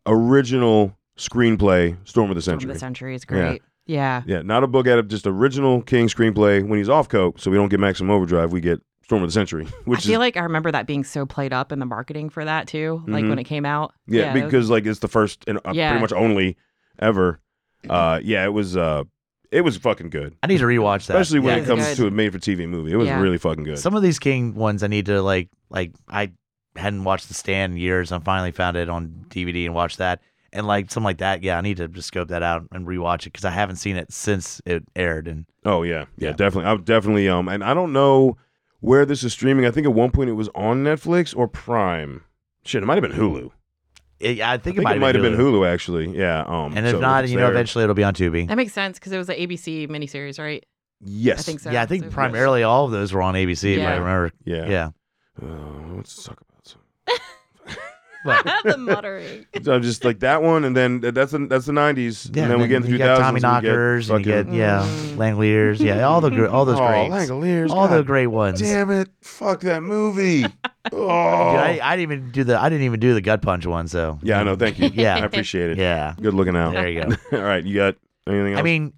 original screenplay, Storm of the Storm of Century. the Century is great. Yeah. Yeah, not a book adaptation, just original King screenplay. When he's off coke, so we don't get Maximum Overdrive, we get Storm of the Century, (laughs) which I is feel like I remember that being so played up in the marketing for that too, like Mm-hmm. Mhm. when it came out. Yeah, that was- because like it's the first and uh, Yeah. pretty much only ever. (clears throat) Uh, yeah, it was uh, it was fucking good, I need to rewatch that. especially when Yeah, it it's comes good. to a made-for-TV movie. It was Yeah. really fucking good. Some of these King ones I need to like like I hadn't watched The Stand in years. I finally found it on DVD and watched that. And like something like that, yeah, I need to just scope that out and rewatch it because I haven't seen it since it aired. And oh yeah, yeah, Yeah. definitely. I would definitely um, and I don't know where this is streaming. I think at one point it was on Netflix or Prime. Shit, it might have been Hulu. it, I think I it might have been Hulu actually. Yeah. Um, And if so not, it's you know, there. eventually it'll be on Tubi. That makes sense because it was an ABC miniseries, right? yes, I think so. yeah, I think So- primarily all of those were on ABC. If I Yeah. remember. yeah. Yeah. Uh, let's talk about some. But (laughs) the muttering. So I'm just like that one, and then that's the that's the '90s, yeah, and then we get into you 2000s. got Tommy we get Knockers, and you fucking- get (laughs) yeah, Mm. Langoliers, yeah, all the gr- all those oh, greats, Langoliers, all the God great ones. Damn it! Fuck that (laughs) movie. Dude, oh. I, I didn't even do the I didn't even do the gut punch one. So yeah, I know. Thank you. I (laughs) yeah, appreciate it. yeah. Good looking out. There you (laughs) go. All right, you got anything else? Oh. (laughs) I mean,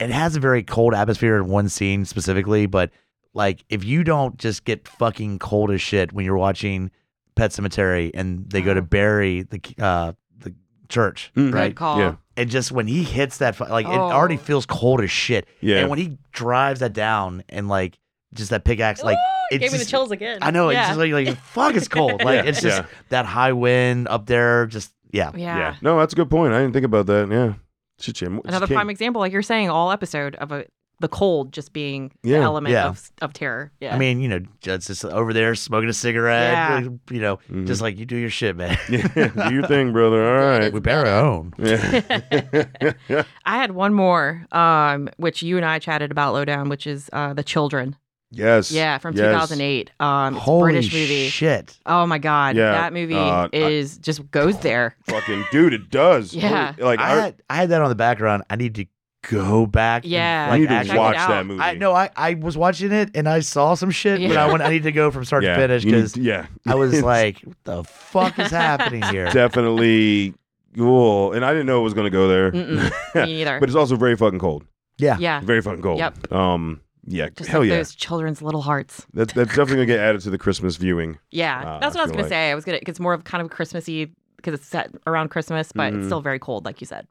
it has a very cold atmosphere in one scene specifically, but like if you don't just get fucking cold as shit when you're watching Pet Cemetery and they go to Oh. bury the uh the church, Mm. Good right? call. Yeah. And just when he hits that, fu- like it Oh. already feels cold as shit. yeah, And when he drives that down and like just that pickaxe, like Ooh, it's gave me the just- chills again. I know Yeah. it's just like, like fuck, (laughs) it's cold. Like Yeah, it's just yeah. that high wind up there. Just yeah, yeah. No, that's a good point. I didn't think about that. Yeah, shit, Jim. it's Another King. prime example, like you're saying, all episode of a the cold just being Yeah. the element Yeah. of of terror. Yeah. I mean, you know, Judd's just over there smoking a cigarette. Yeah. like, You know, Mhm. just like you do your shit, man. (laughs) (laughs) yeah, do your thing, brother. (laughs) All right. we bear our own. Yeah. (laughs) I had one more, um, which you and I chatted about lowdown, which is uh, the children. yes. Yeah, from Yes. 2008. Um, it's a Holy British movie. shit! Oh my god, Yeah, that movie uh, I- is just goes there. Fucking dude, it does. (laughs) Yeah. Holy- Like I I, had, I had that on the background. I need to go back. and, Yeah, I need check to it actually- watch out. that movie. I know. I, I was watching it and I saw some shit, but Yeah. I went. I need to go from start Yeah. to finish you need- because yeah, I was like, "What the fuck (laughs) is happening here?" definitely. Cool. And I didn't know it was going to go there. Mm-mm, Me (laughs) neither. But it's also very fucking cold. Yeah, yeah, Very fucking cold. Yep. Um. Yeah. just Hell like yeah. those children's little hearts. That's that's definitely gonna get added to the Christmas viewing. Yeah, Ah, that's what I I was feel gonna like- say. I was gonna. It's more of kind of Christmassy because it's set around Christmas, but it's still very cold, like you said.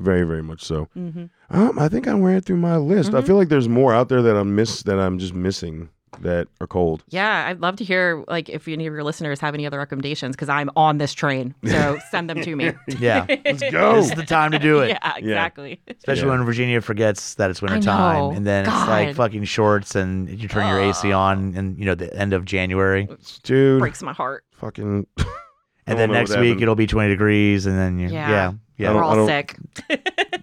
Very, very much so. Mm-hmm. Um, I think I ran through my list. I feel like there's more out there that I'm miss that I'm just missing that are cold. Yeah, I'd love to hear like if any of your listeners have any other recommendations because I'm on this train, so send them to me. (laughs) yeah. (laughs) Let's go. This is the time to (laughs) do it, yeah, exactly. especially Oh. Yeah. when Virginia forgets that it's winter know. time, and then it's like God. Ah. fucking shorts, and you turn your AC on, and you know the end of January. Dude, Breaks my heart. fucking. I and don't then know next what week happened. it'll be 20 degrees and then you Yeah. yeah I We're don't- yeah, I all sick.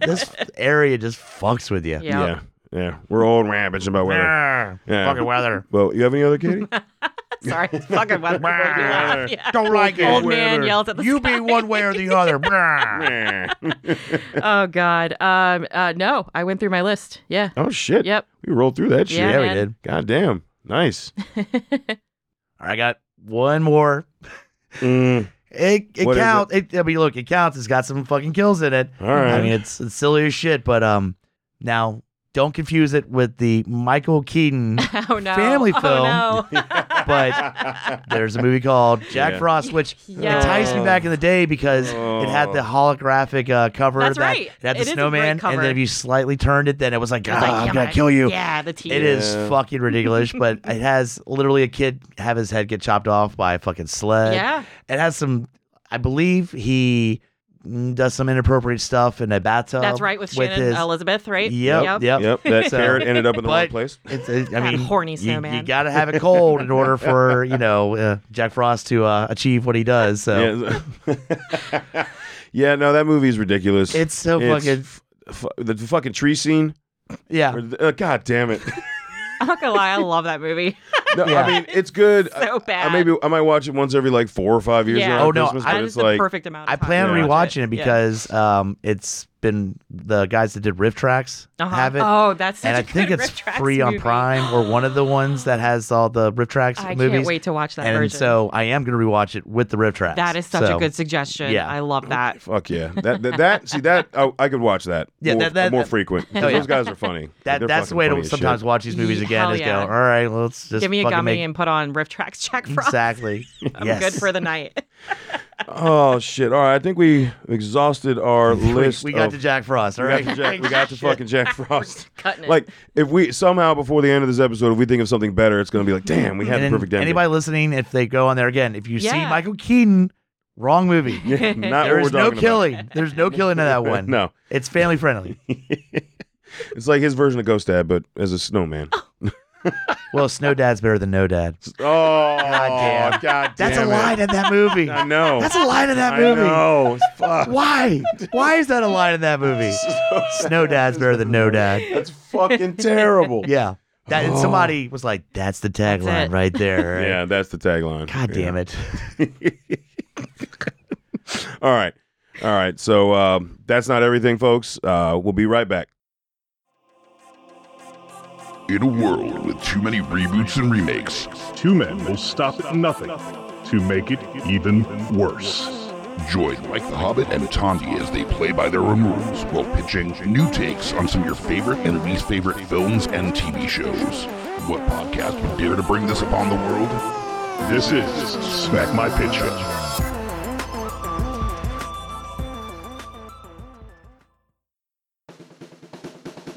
this area just fucks with you Yeah. Yeah, yeah. We're all rampage about weather. Arr, Yeah. fucking weather Well, you have any other, Katie? Sorry, it's fucking weather. yeah. Don't like Old it. man yells at (laughs) the You sky. be one (laughs) way or the other. Brr. Oh God. Um. Uh. No, I went through my list. Yeah. (laughs) oh shit! Yep. (laughs) We rolled through that shit. Yeah, yeah, we man. did. God damn, (laughs) nice. All right, I got one more. Mm, It it What is counts. It? I mean, look, it counts. It's got some fucking kills in it. all right. (laughs) I mean, it's, it's silly as shit, but um, now don't confuse it with the Michael (laughs) Keaton. Oh no. Family Oh, no. (laughs) (laughs) but there's a (laughs) movie called Jack Yeah. Oh. Frost, which Yes. enticed me back in the day because it had the holographic uh, cover. That's that, right. It had the It is a great snowman, cover. and then if you slightly turned it, then it was like, I was "Ah, like, I'm yeah, gonna my- kill you. Yeah. The teeth. It is Yeah. fucking ridiculous, (laughs) but it has literally a kid have his head get chopped off by a fucking sled. Yeah. It has some, I believe he mm, does some inappropriate stuff in a bathtub. That's right with Shannon his- Elizabeth. Right. Yep, Yep. yep. Yep, that So- parrot ended up in the wrong But- place. It's, it, I God, mean, horny you- You, snowman. gotta have it cold in order (laughs) for you know uh, Jack Frost to uh, achieve what he does. So Yeah. (laughs) yeah, no, that movie is ridiculous. it's so It's fucking f- f- the fucking tree scene. yeah. or the- uh, God damn it! I'm not gonna lie. I love (laughs) that movie. No, Yeah. I mean it's good. I- so bad. I maybe I might watch it once every like four or five years. Yeah. around Oh, no, Christmas, I- but That it's is the like perfect amount. I Of time plan on to watch rewatching it Yeah. because um, it's been the guys that did Riff Tracks Uh-huh. have it. Oh, that's such and a I think good it's Riff Tracks free on movie. Prime or one of the ones that has all the Riff Tracks I movies. can't wait to watch that and version. so I am going to rewatch it with the Riff Tracks. that is such So, a good suggestion. yeah. I love that. fuck yeah. That that, that see that oh, I could watch that. (laughs) Yeah, more, that- that- more that- frequent. 'cause (laughs) Oh, yeah. Those guys are funny. Like, (laughs) That, they're that's the fucking way funny to as sometimes shit. watch these movies Ye- again hell is yeah. go, all right, well, let's just Give me a fucking gummy make and put on Riff Tracks (laughs) Jack Frost. (laughs) exactly. I'm yes. good for the night. Oh shit! All right, I think we exhausted our list. (laughs) We, we got of- to Jack Frost. (laughs) All we got right, to Jack- we (laughs) got to fucking Jack (laughs) Frost. Cutting it. like if we somehow before the end of this episode, if we think of something better, it's gonna be like, damn, we had the And then perfect ending. Anybody listening, if they go on there again, if you see Yeah. Michael Keaton, wrong movie. (laughs) Yeah, not (laughs) what There we're is no talking killing. There's no killing in that about. one. (laughs) no, It's family friendly. it's like his version of Ghost Dad, but as a snowman. Well, Snow Dad's better than No Dad. Oh, god damn! That's a line in (laughs) that movie. I know. That's a line in that Oh. I movie. know. Fuck. Why? Why is that a line in that movie? Snow Dad's better than No Dad. (laughs) That's fucking terrible. Yeah. That and Oh. somebody was like, "That's the That's tagline it. right there." right? Yeah, that's the tagline. God damn it. (laughs) All right. All right. So um, that's not everything, folks. Uh, we'll be right back. In a world with too many reboots and remakes, Two men will stop at nothing to make it even worse. join Mike the Hobbit and Tandy as they play by their own rules while pitching new takes on some of your favorite and least favorite films and TV shows. What podcast would dare to bring this upon the world? This is Smack My Pitch.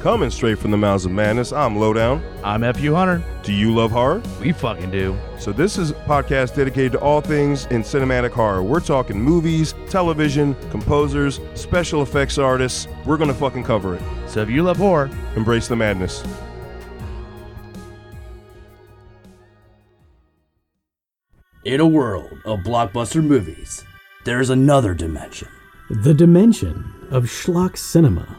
Coming straight from the mouths of madness, I'm Lowdown. I'm F.U. Hunter. Do you love horror? We fucking do. So this is a podcast dedicated to all things in cinematic horror. We're talking movies, television, composers, special effects artists. We're going to fucking cover it. So if you love horror, Embrace the madness. In a world of blockbuster movies, there's another dimension. The dimension of schlock cinema.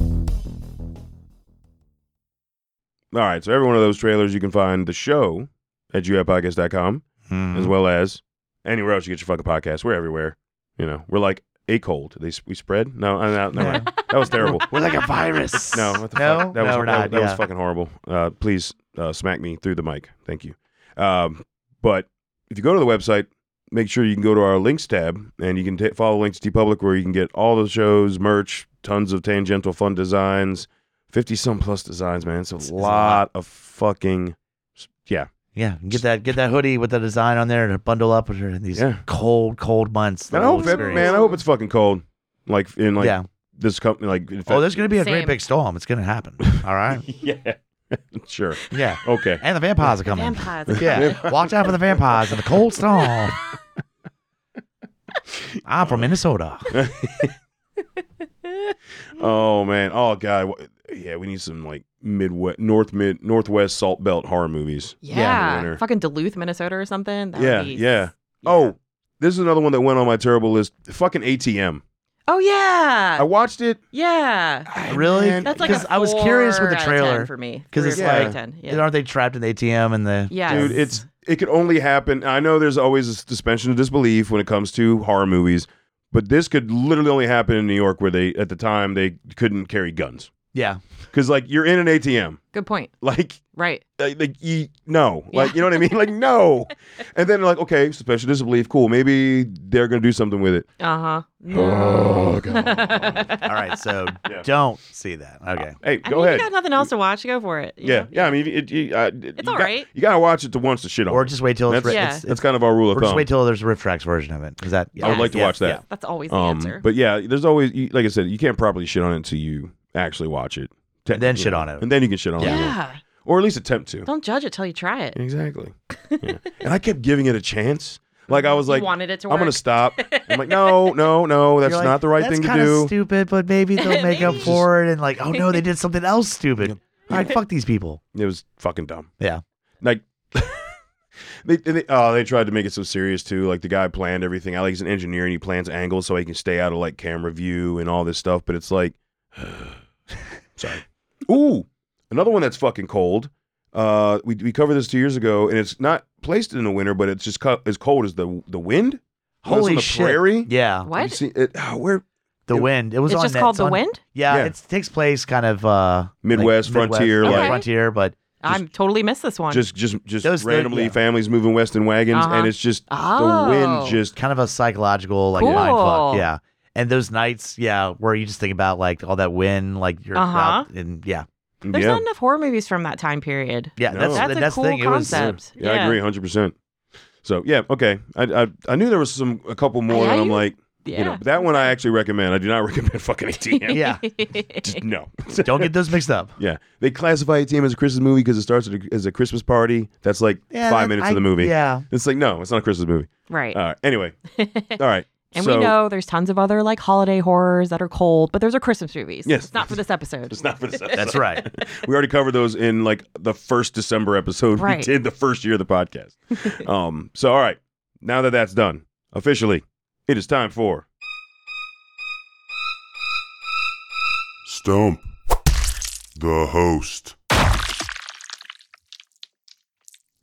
All right, so every one of those trailers you can find the show at GUIPodcast.com as well as anywhere else you get your fucking podcast. We're everywhere. You know, we're like a cold. They s- we spread. No, I- no, no, that was terrible. We're like a virus. No, what the no, fuck? That no, was, we're that- not. That, was yeah. fucking horrible. Uh, please uh, smack me through the mic. Thank you. Um, But if you go to the website, make sure you can go to our links tab and you can ta follow links to Public where you can get all the shows, merch, tons of tangential fun designs, 50 some plus designs, man. It's a lot, a lot. of fucking, yeah. Yeah, get that get that hoodie with the design on there to bundle up in these Yeah. cold, cold months. the And I whole hope, it- experience. man, I hope it's fucking cold. Like, in like Yeah. this company, like, in Oh, fact- there's (laughs) gonna be a Same. great big storm. It's gonna happen. All right. yeah. (laughs) sure. Yeah. Okay. And the vampires are coming. Vampires. (laughs) (laughs) Yeah. Watch out for the vampires and the cold storm. I'm from Minnesota. Oh man. Oh god. Wha- Yeah, we need some like midwest, north mid, northwest salt belt horror movies. Yeah. in the winter. Fucking Duluth, Minnesota or something. That would yeah, be- yeah. Oh, this is another one that went on my terrible list. Fucking ATM. Oh, yeah. I watched it. yeah. Really? man, That's like Because a I was curious with the four out of trailer, 10 for me. 'cause Three it's or four out of like- 10, And yeah. Aren't they trapped in the ATM and the? Yes. dude, it's it could only happen. I know there's always a suspension of disbelief when it comes to horror movies, but this could literally only happen in New York, where they at the time they couldn't carry guns Yeah. because like you're in an ATM, good point. (laughs) like Right. like, like you, no, Yeah. like you know what I mean, like (laughs) no, and then like okay, suspension of disbelief, cool, maybe they're gonna do something with it. Uh huh. Oh, (laughs) All right. So (laughs) Yeah. don't see that. Okay. Hey, I go mean, ahead. you got nothing else to watch. Go for it. you yeah, know? yeah. I mean, it, you, uh, It's you all got- right. You gotta watch it to once to shit on. Or it. just wait till it's, That's- re- Yeah. it's, that's kind of our rule of or just thumb. wait till there's a riff tracks version of it. Is that? I would like to yeah, watch that. yeah. That's always the um, answer. but yeah, there's always you, like I said, you can't properly shit on it until you actually watch it. And then technically. shit on it. and then you can shit on yeah. it, or at least attempt to. Don't judge it till you try it. (laughs) Exactly. Yeah. and I kept giving it a chance. Like I was You like, wanted it to I'm gonna work. stop. I'm like, (laughs) no, no, no, that's You're like, not the right "That's thing to kinda do. Stupid, but maybe (laughs) they'll make up Maybe. for it. And like, oh no, they did something else stupid. All right, fuck these people. It was fucking dumb. Yeah. Like (laughs) they, they oh they tried to make it so serious too. Like the guy planned everything out. Like he's an engineer and he plans angles so he can stay out of like camera view and all this stuff. But it's like, (sighs) sorry. Ooh, another one that's fucking cold. Uh, we we covered this two years ago, and it's not placed in the winter, but it's just co- as cold as the the wind. Well, it's Holy on the shit. Prairie. Yeah. Have you What? seen it? Oh, where The It- wind. It was it's on just Net- called it's The on- Wind? Yeah, Yeah. it takes place kind of uh Midwest, frontier, yeah, like- frontier, but I'm totally missed this one. just just just Those things, randomly yeah. families moving west in wagons, Uh-huh. and it's just the Oh. wind just kind of a psychological like Cool. mind fuck. Yeah. And those nights, yeah, where you just think about like all that wind, like you're Uh-huh. out and yeah. There's yeah. not enough horror movies from that time period. Yeah, No. that's That's that's, a the cool thing. It was concept. Yeah, I agree, hundred percent. So yeah, okay. I, I I knew there was some a couple more Yeah, that I'm you- like, Yeah. you know, but that one I actually recommend. I do not (laughs) recommend fucking (laughs) ATM. Yeah. Just no. don't get those mixed up. yeah, they classify ATM as a Christmas movie because it starts at a, as a Christmas party. That's like Yeah, five that- minutes I- of the movie. Yeah. It's like no, it's not a Christmas movie. right. All right. (laughs) Anyway, all right. and so- we know there's tons of other like holiday horrors that are cold, but those are Christmas movies. Yes. It's not for this (laughs) episode. It's not for this. That's (laughs) right. we already covered those in like the first December episode we Right. did the first year of the podcast. (laughs) um, so all right, now that that's done officially, it is time for Stump the host.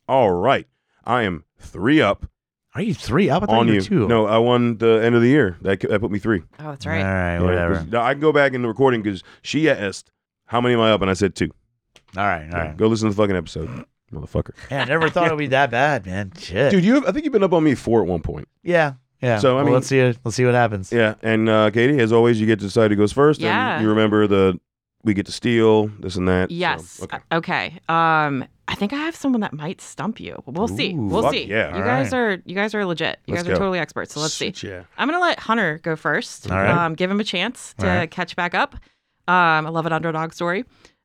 all right. I am three up Are you three up? I thought on you were you. two. No, I won the end of the year. That, that put me three. Oh, that's All right. right, Yeah, whatever. 'cause- now, I can go back in the recording because she asked how many am I up, and I said two. All right, all Yeah, right. Go listen to the fucking episode, (laughs) motherfucker. Man, I never thought it would be that bad, man. Shit. Dude, you have, I think you've been up on me four at one point. Yeah. Yeah. So, I Well, mean- let's see. Let's see what happens. Yeah, and uh, Katie, as always, you get to decide who goes first. Yeah. And you remember the we get to steal this and that. so, Yes. Uh, okay. okay. Um, I think I have someone that might stump you. We'll see. Ooh, We'll fuck see. yeah. you All guys right. are you guys are legit. You Let's guys are go. totally experts. (laughs) So let's see. Yeah. I'm gonna let Hunter go first. All right. Um, give him a chance to All right. catch back up. Um, I love an underdog story.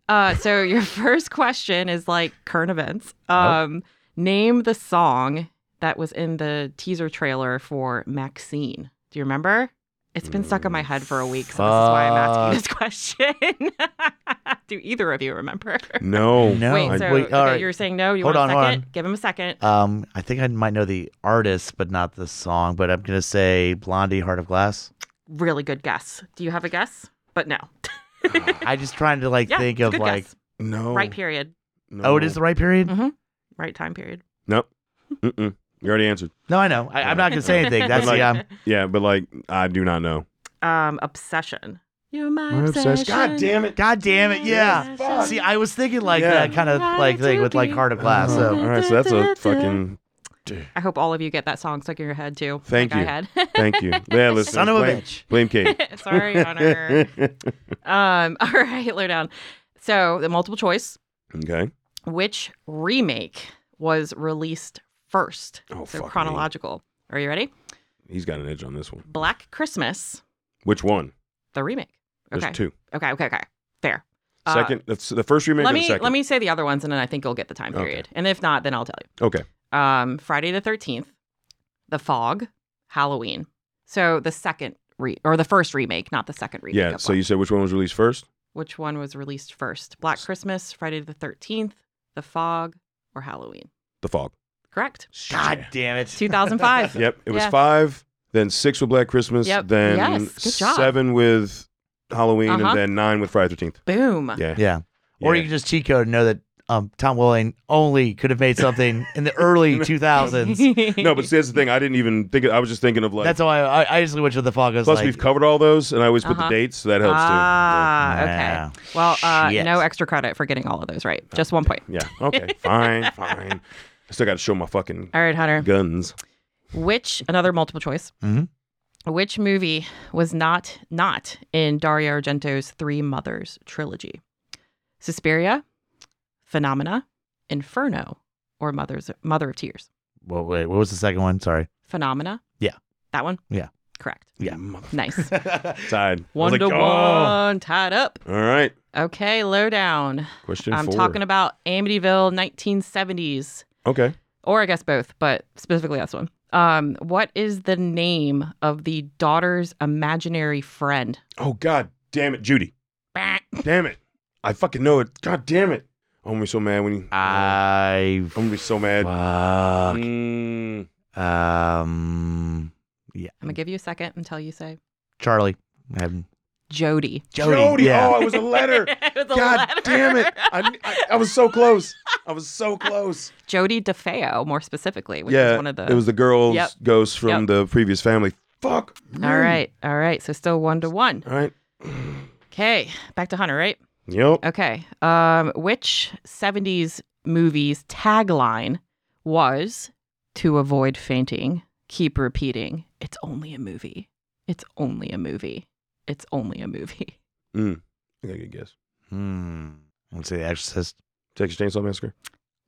Uh, so (laughs) your first question is like current events. Um, name the song that was in the teaser trailer for Maxine. Do you remember? It's been stuck in my head for a week, so this is why I'm asking this question. (laughs) Do either of you remember? No. (laughs) No. Wait, so Wait, okay, all right. you were saying no. You Hold want a on, hold second? Give him a second. Um, I think I might know the artist, but not the song. But I'm gonna say Blondie, Heart of Glass. Really good guess. Do you have a guess? But no. (laughs) I just trying to like Yeah, think it's a of good like, guess. No. right period. No. oh, it is the right period. Mhm. right time period. Nope. Mm-mm. You already answered. Mm-hmm. No, I know. I, I'm not gonna say anything. That's um, Like- yeah. I'm- Yeah, but like I do not know. Um, obsession. You're my, My obsession. obsession. God damn it. God damn it! Yeah. Fuck. See, I was thinking like Yeah. (laughs) that kind of like thing with like Heart of Glass. Oh, So all right, so that's a fucking I hope all of you get that song stuck in your head too. Thank like you. I had. (laughs) (laughs) Thank you. Yeah, listen. Son of a blame, bitch. Blame Kate. (laughs) Sorry, Honor. um, (laughs) all right, low down. So the multiple choice: okay. which remake was released first? Oh, so fuck me. chronological. Are you ready? He's got an edge on this one. Black Christmas, Which one? the remake. There's Okay. two. Okay. Okay. Okay. Fair. Uh, Second. that's the first remake. let or the me second? let me say the other ones, and then I think you'll get the time Okay. period. And if not, then I'll tell you. Okay. um, Friday the 13th, The Fog, Halloween. So the second re- or the first remake, not the second remake. Yeah. of So one. you said which one was released first? which one was released first? Black Christmas, Friday the 13th, The Fog, or Halloween? The Fog. Correct. God damn it. 2005. Yep. It was Yeah. five. Then six with Black Christmas. Yep. Then Yes, good job. seven with Halloween, Uh-huh. Uh, and then nine with Friday Thirteenth. Boom. (laughs) (laughs) Yeah. Yeah. Or Yeah. you can just cheat code and know that um, Tom Welling only could have made something in the early (laughs) 2000s. No, but see, that's the thing. I didn't even think. Of, I was just thinking of like. That's why I, I just went to the fog. I was plus, like, we've covered all those, and I always put Uh-huh. the dates, so that helps ah, Yeah. okay. Well, uh, Shit. no extra credit for getting all of those right. Just one point. too. Oh, Yeah. Okay. (laughs) fine. Fine. I still got to show my fucking All right, Hunter. guns. Which another multiple choice? Mhm. Mm-hmm. Which movie was not not in Dario Argento's Three Mothers trilogy? Suspiria, Phenomena, Inferno, or Mother's Mother of Tears? well, wait, what was the second one? Sorry. Phenomena. Yeah. that one. Yeah. correct. Yeah. (laughs) Nice. Tied. One I was to like, oh. one, tied up. All right. Okay, lowdown. Question I'm four. talking about Amityville 1970s. Okay. or I guess both, but specifically this one. Um, what is the name of the daughter's imaginary friend? Oh God, damn it, Judy. Bah. Damn it. I fucking know it. God damn it. Oh, I'm gonna be so mad when you. Ah. I. I'm gonna be so mad. Fuck. Mm, Um. Yeah. I'm gonna give you a second until you say Charlie. Um, Jody. Jody. Yeah. Oh, it (laughs) was a letter. It was a God letter. damn it. I, I, I was so close. I was so close. (laughs) Jody DeFeo, more specifically, which yeah. is one of the. It was the girl's Yep. ghost from Yep. the previous family. Fuck. all right, all right. So still one to one. All right. (clears throat) Okay, back to Hunter, right? Yep. Okay. Um, which '70s movie's tagline was "To avoid fainting, keep repeating, it's only a movie. It's only a movie. It's only a movie." (laughs) I got a good guess. hmm. Let's say The Exorcist. Texas Chainsaw Massacre.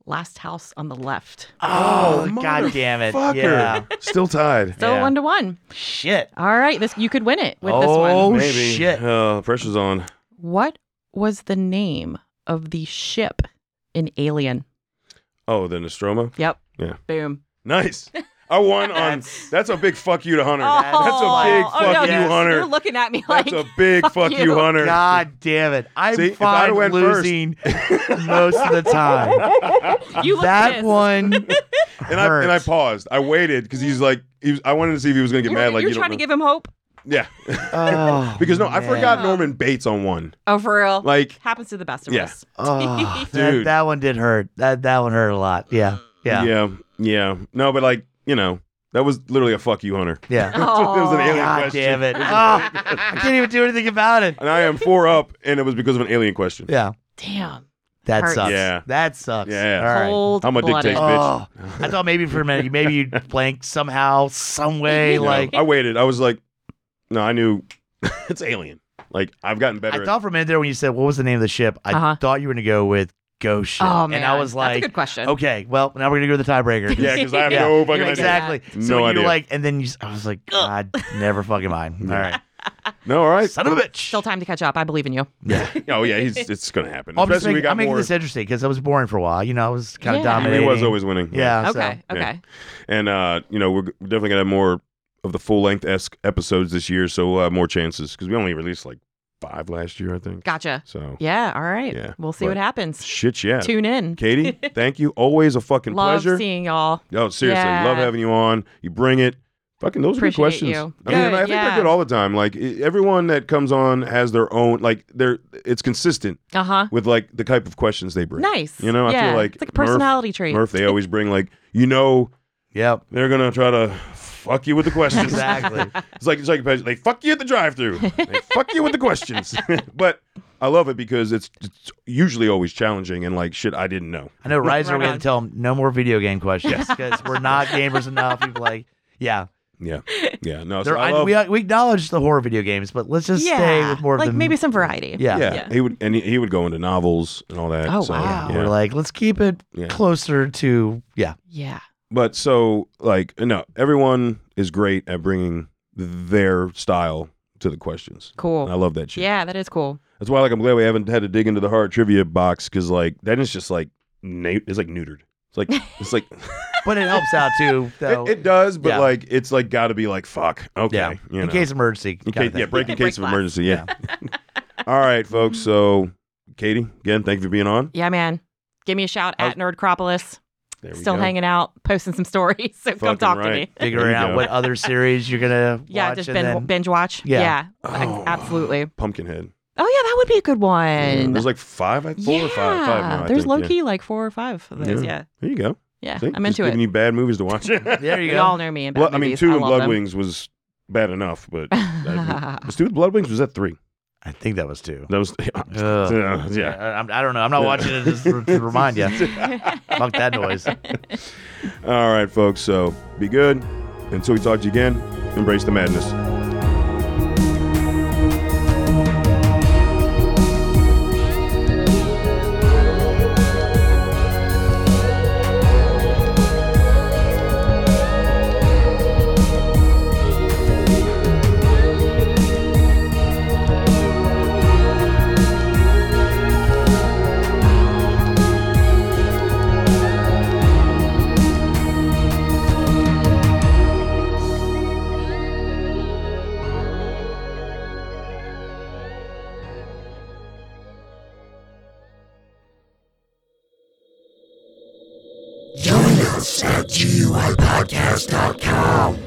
Last house on the left. Oh, God damn it. Fucker. Yeah. (laughs) Still tied. Still Yeah. one to one. Shit. All right, this you could win it with this Oh, one. Maybe. shit. Oh, pressure's on. What was the name of the ship in Alien? Oh, the Nostromo. Yep. Yeah. Boom. Nice. I won on. That's- That's a big fuck you to Hunter. that's Oh, a big oh, fuck no, you, you're- Hunter. You're looking at me like That's a big fuck, fuck you, you. Hunter. God damn it. I'm See, if I'd fine went first- losing most of the time. (laughs) (laughs) you look that pissed. one. And I and I hurt. paused. I waited because he's like he was, I wanted to see if he was gonna get You're, mad. Like you're you trying to don't give him hope. know. (laughs) Yeah. Oh, because no, I man. forgot Norman Bates on one. Oh, for real? Like happens to the best of Yeah. us. Oh, that, Dude. that one did hurt. That that one hurt a lot. Yeah. yeah. Yeah. yeah, No, but like you know that was literally a fuck you, Hunter. (laughs) Yeah. it was an alien God question. damn it. Oh, I can't even do anything about it. And I am four up, and it was because of an alien question. Yeah. Damn. That Hurts. sucks. Yeah. That sucks. Yeah. All right. Cold. I'm a blooded. dictator. Oh, (laughs) I thought maybe for a minute, you- maybe you'd blank somehow, some (laughs) way. You know, Like I waited. I was like, no, I knew (laughs) it's alien. Like I've gotten better. I at- thought for a minute there when you said what was the name of the ship, I Uh-huh. thought you were gonna go with Ghost Ship, Oh man. and I was That's a like, good question. okay, well now we're gonna go to the tiebreaker. (laughs) yeah, because I have Yeah. no (laughs) fucking You're idea. exactly. No so idea. you're like, and then you, s- I was like, God, never fucking mind. All right, No, all right. son of a bitch. Still time to catch up. I believe in you. (laughs) Yeah. Oh yeah, he's, it's gonna happen. I'm, just Especially we making, got I'm making more. this interesting because I was boring for a while. You know, I was kind of Yeah. (laughs) he He was dominating. was always winning. Yeah. so- Okay. Yeah. Okay. And uh, you know, we're g- we're definitely gonna have more of the full length esque episodes this year, so we'll have more chances because we only released like five last year, I think. Gotcha. So Yeah. All right. Yeah, We'll see but- what happens. shit, yeah. Tune (laughs) in. Katie, thank you. Always a fucking Love pleasure. seeing y'all. oh, seriously, Yeah. love having you on. You bring it. Fucking those are good Appreciate questions. you. I mean, and Good, I think yeah. they're good all the time. Like e- everyone that comes on has their own. Like they're it's consistent Uh huh. with like the type of questions they bring. Nice. You know, I feel Yeah. like it's like a Murph- personality trait. Murph, they always bring like you know Yep. (laughs) they're gonna try to fuck you with the questions. (laughs) Exactly. (laughs) It's like it's like they fuck you at the drive-through. They fuck you with the questions. (laughs) but I love it because it's, it's usually always challenging and like shit I didn't (laughs) know. I know Ryzer Right we're going on. to tell him no more video game questions Yes. because we're not gamers enough. People like, yeah, Yeah, yeah. No, so There- I I- love, we, we acknowledge the horror video games, but let's just stay with more of like the maybe some variety. Yeah. yeah, He would and he, he would go into novels and all that. Oh, so, wow. yeah. We're like, let's keep it Yeah. closer to yeah. Yeah. but so like no, everyone is great at bringing their style to the questions. Cool. And I love that shit. Yeah, that is cool. That's why like I'm glad we haven't had to dig into the hard trivia box because like that is just like na- it's like neutered. It's like it's (laughs) like (laughs) But it helps out too, though. it, it does, but Yeah. like it's like got to be like fuck. Okay, yeah. you in know. case of emergency. In kinda case, yeah, thing. break in Break case of glass. emergency. Yeah. (laughs) (laughs) All right, folks. So, Katie, again, thank you for being on. Yeah, man. Give me a shout at Nerdcropolis. There we Still go. hanging out, posting some stories. (laughs) So come Fucking talk to right. me. There Figuring you out go. what other series you're gonna Yeah, watch just and binge, then- (laughs) binge watch. Yeah. ex- Oh. absolutely. Pumpkinhead. Oh yeah, that would be a good one. Yeah, Mm, There's like five, I- four or five. five now, I There's think, low yeah. key like four or five of those. Yeah. There you go. Yeah. See? I'm Just into it. Giving you bad movies to watch. there you You go. all know me. In bad Blood, I mean, movies. two and love Blood them. Wings was bad enough, but (laughs) I- was two with Blood Wings was that three? I think that was two. That was (laughs) Ugh. yeah. I, I'm- I don't know. I'm not watching it just to to remind you. Fuck that noise. All right, folks. So be good. Until we talk to you again, embrace the madness. Join us at GUIPodcast.com.